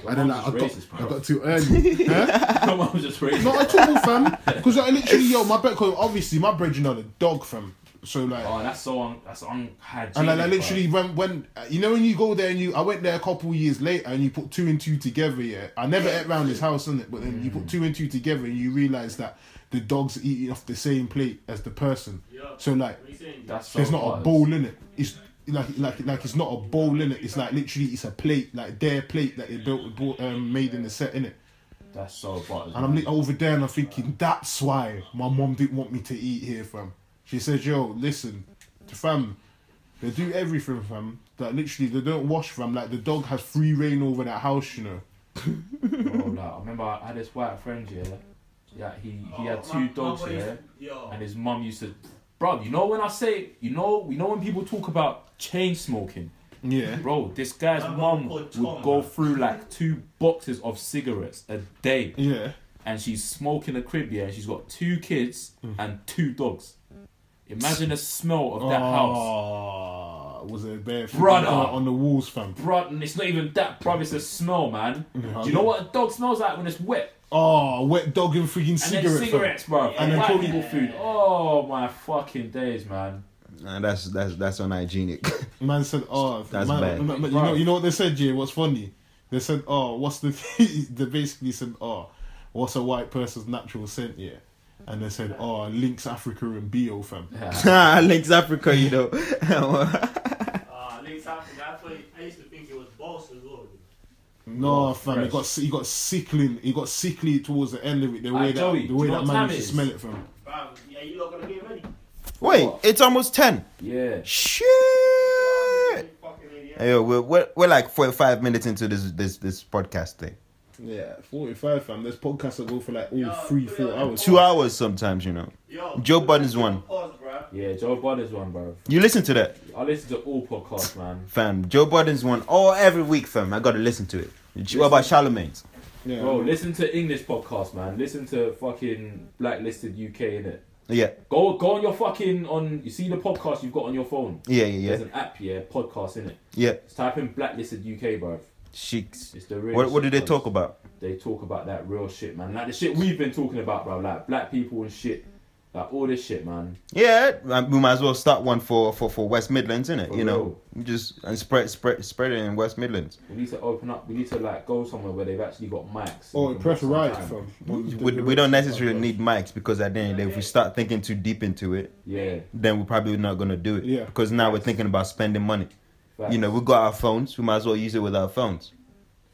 Speaker 3: and then, like, I
Speaker 5: mum's
Speaker 3: got,
Speaker 5: racist,
Speaker 3: I
Speaker 5: bro.
Speaker 3: got too early. Huh?
Speaker 5: My mum was just racist.
Speaker 3: Not at all, fam. Because I literally, yo, my bet, obviously, my brethren are the dog, fam. So, like,
Speaker 5: Oh, that's so un- that's unhygienic.
Speaker 3: and like, I
Speaker 5: bro.
Speaker 3: literally when when you know when you go there and you I went there a couple years later and you put two and two together. Yeah, I never ate round his house, innit? But then
Speaker 5: Mm.
Speaker 3: you put two and two together and you realize that the dog's eating off the same plate as the person. So like,
Speaker 5: that's so
Speaker 3: there's not a
Speaker 5: hard.
Speaker 3: bowl in it. It's like like like it's not a bowl in it. It's like literally it's a plate, like their plate that they built bought, um, made in the set in it.
Speaker 5: That's so bottles.
Speaker 3: And I'm li- over there and I'm thinking that's why my mom didn't want me to eat here, fam. She says, "Yo, listen, fam, they do everything, fam. That literally they don't wash, fam. Like the dog has free reign over that house, you know."
Speaker 5: Bro, like, I remember I had this white friend here. Yeah, he, he had
Speaker 1: Oh,
Speaker 5: two dogs here, and his mum used to. Bro, you know when I say you know you know when people talk about chain smoking,
Speaker 3: Yeah.
Speaker 5: bro, this guy's
Speaker 1: I'm
Speaker 5: mum
Speaker 1: gonna
Speaker 5: would
Speaker 1: put Tom,
Speaker 5: go
Speaker 1: man.
Speaker 5: through like two boxes of cigarettes a day,
Speaker 3: Yeah.
Speaker 5: and she's smoking a crib yeah, and she's got two kids and two dogs. Imagine the smell of that house.
Speaker 3: Oh, was it bare feet
Speaker 5: Brother.
Speaker 3: on the walls, fam?
Speaker 5: Bro, and it's not even that, bro. It's a smell, man.
Speaker 3: Yeah.
Speaker 5: Do you know what a dog smells like when it's wet?
Speaker 3: Oh, wet dog and freaking
Speaker 5: And
Speaker 3: cigarette.
Speaker 5: then
Speaker 3: fam.
Speaker 5: cigarettes, bro.
Speaker 3: And
Speaker 5: And
Speaker 3: then
Speaker 5: white
Speaker 3: probably-
Speaker 5: people food. Oh my fucking days, man.
Speaker 2: Nah, that's that's that's unhygienic.
Speaker 3: Man said, "Oh,
Speaker 2: That's
Speaker 3: man,
Speaker 2: bad.
Speaker 3: man- man- you know, you know what they said, Jay. What's funny? They said, "Oh, what's the?" they basically said, "Oh, what's a white person's natural scent?" Yeah, and they said, "Oh, links Africa and Bio fam."
Speaker 2: Links Africa, you know.
Speaker 1: Ah, links after that. why I used to think it was boss as well.
Speaker 3: No, fam, he
Speaker 5: Oh, fresh.
Speaker 3: got he got sickling. He got sickly towards the end of it. The
Speaker 5: Aye,
Speaker 3: way that
Speaker 5: Joey,
Speaker 3: the
Speaker 5: do
Speaker 3: way
Speaker 5: you know
Speaker 3: that
Speaker 5: what
Speaker 3: man
Speaker 5: time
Speaker 3: used to
Speaker 5: it is?
Speaker 3: smell it from.
Speaker 1: Bro, yeah, you not gonna get ready.
Speaker 2: Wait, it's almost ten.
Speaker 5: Yeah.
Speaker 2: Shit.
Speaker 1: You fucking idiot.
Speaker 2: Hey, yo, we're, we're we're like forty-five minutes into this this this podcast thing.
Speaker 3: Yeah, forty five, fam. There's podcasts that go for like all
Speaker 1: Yeah,
Speaker 3: three,
Speaker 1: yeah.
Speaker 3: four hours.
Speaker 2: Two hours sometimes, you know.
Speaker 1: Yo,
Speaker 2: Joe Budden's one.
Speaker 1: Pause, bro.
Speaker 5: Yeah, Joe Budden's one, bro.
Speaker 2: You listen to that,
Speaker 5: I listen to all podcasts, man.
Speaker 2: fam. Joe Biden's one all every week, fam. I gotta listen to it. What about Charlemagne's?
Speaker 3: Yeah,
Speaker 5: Bro, listen to English podcasts, man. Listen to fucking Blacklisted UK, innit?
Speaker 2: Yeah,
Speaker 5: Go go on your fucking on you see the podcast you've got on your phone.
Speaker 2: yeah, yeah,
Speaker 5: There's
Speaker 2: yeah.
Speaker 5: an app, yeah, podcast in it.
Speaker 2: yeah.
Speaker 5: Just type in Blacklisted UK, bro.
Speaker 2: Sheiks.
Speaker 5: It's the real
Speaker 2: What what do
Speaker 5: shit,
Speaker 2: they
Speaker 5: bro.
Speaker 2: talk about?
Speaker 5: they talk about that real shit, man. Like the shit we've been talking about, bro. Like black people and shit. Like all this shit, man.
Speaker 2: Yeah, um, we might as well start one for for for West Midlands, innit?
Speaker 5: For
Speaker 2: You know,
Speaker 5: real.
Speaker 2: just and spread spread spread it in West Midlands
Speaker 5: We need to open up. We need to like go somewhere where they've actually got mics.
Speaker 3: Or
Speaker 5: and we can
Speaker 3: press
Speaker 5: put some
Speaker 3: Oh, right,
Speaker 5: time.
Speaker 3: fam.
Speaker 2: we, we don't necessarily need mics because at the end of the day, if we start thinking too deep into it,
Speaker 5: Yeah.
Speaker 2: then we're probably not gonna do it.
Speaker 3: Yeah.
Speaker 2: Because now we're thinking about spending money.
Speaker 5: Facts,
Speaker 2: You know, we got our phones. We might as well use it with our phones.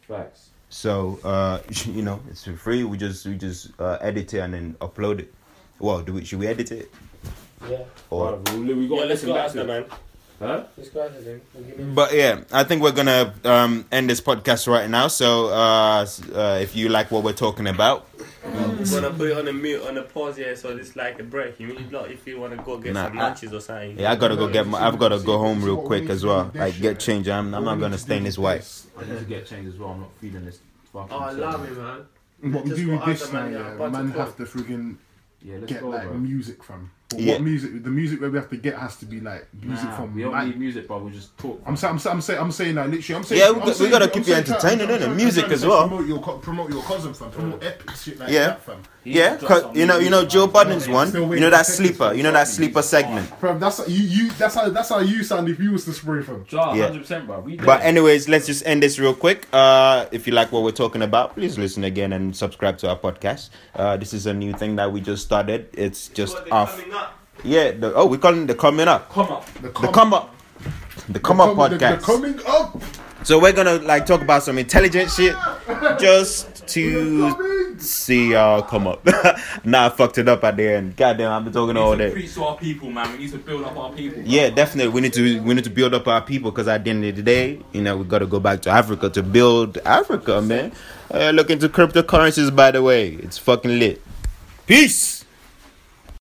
Speaker 5: Facts.
Speaker 2: So uh, you know, it's for free. We just we just uh, edit it and then upload it. Well, do we should we edit it?
Speaker 6: Yeah.
Speaker 2: Or
Speaker 5: Right, we, we got
Speaker 6: Yeah, let's
Speaker 5: to listen
Speaker 6: go
Speaker 5: back
Speaker 6: ask
Speaker 5: to
Speaker 6: them,
Speaker 5: it.
Speaker 6: man.
Speaker 5: Huh?
Speaker 6: Let's go ask them. We'll give him-
Speaker 2: But yeah, I think we're gonna um, end this podcast right now. So uh, s- uh, if you like what we're talking about,
Speaker 6: Wanna put it on a mute, on a pause, yeah. So it's like a break. You mean like if you wanna go get
Speaker 2: Nah,
Speaker 6: some
Speaker 2: I-
Speaker 6: lunches or something?
Speaker 2: yeah, I gotta go get. My, I've gotta go home real quick as well. Like get changed. I'm, I'm not gonna stay in this white.
Speaker 5: I need to get changed as well. I'm not feeling this. Fucking
Speaker 6: Oh, I
Speaker 5: shit.
Speaker 6: love it, man.
Speaker 3: What we
Speaker 6: Just
Speaker 3: do with
Speaker 6: got
Speaker 3: this
Speaker 6: other
Speaker 3: now,
Speaker 6: man, yeah,
Speaker 3: yeah,
Speaker 6: about
Speaker 3: man
Speaker 6: to talk.
Speaker 3: have to friggin'
Speaker 5: Yeah, let's
Speaker 3: get
Speaker 5: go,
Speaker 3: like
Speaker 5: bro.
Speaker 3: music from. But
Speaker 2: Yeah.
Speaker 3: what music? The music where we have to get has to be like music
Speaker 5: Nah,
Speaker 3: from.
Speaker 5: we don't
Speaker 3: like-
Speaker 5: need music, bro. We just talk.
Speaker 3: I'm saying, I'm saying, I'm saying, I'm saying, like literally, I'm saying.
Speaker 2: Yeah, we
Speaker 3: I'm
Speaker 2: got- we
Speaker 3: saying-
Speaker 2: gotta
Speaker 3: I'm
Speaker 2: keep you
Speaker 3: saying, try-
Speaker 2: entertained,
Speaker 3: I'm
Speaker 2: innit?
Speaker 3: trying- I'm
Speaker 2: Music
Speaker 3: trying to
Speaker 2: as well.
Speaker 3: Promote your, co- promote your cousin, fam. Promote epic shit like
Speaker 2: Yeah.
Speaker 3: that, fam.
Speaker 2: Yeah, 'cause, you know, you know Joe Biden's one. You know that sleeper. You know that sleeper segment.
Speaker 3: Fam, that's you, you. That's how, that's how you sound if you was to spray, fam.
Speaker 5: Jar,
Speaker 2: Yeah.
Speaker 5: 100%, bro. We
Speaker 2: But
Speaker 5: there.
Speaker 2: anyways, let's just end this real quick. Uh, if you like what we're talking about, please listen again and subscribe to our podcast. Uh, this is a new thing that we just started. It's just
Speaker 1: But they're
Speaker 2: off.
Speaker 1: coming up.
Speaker 2: Yeah. The, oh, we're calling the coming up.
Speaker 5: come up.
Speaker 3: The,
Speaker 2: The come up. The come up
Speaker 3: coming- the-
Speaker 2: podcast.
Speaker 3: The coming up.
Speaker 2: So we're gonna like talk about some intelligent shit just to see y'all come up. nah, I fucked it up at the end. Goddamn, I've been talking all
Speaker 5: We need to
Speaker 2: day.
Speaker 5: preach to our people, man. We need to build up our people.
Speaker 2: Yeah, definitely. We need to we need to build up our people because at the end of the day, you know, we got to go back to Africa to build Africa, man. Uh, look into cryptocurrencies, by the way. It's fucking lit. Peace.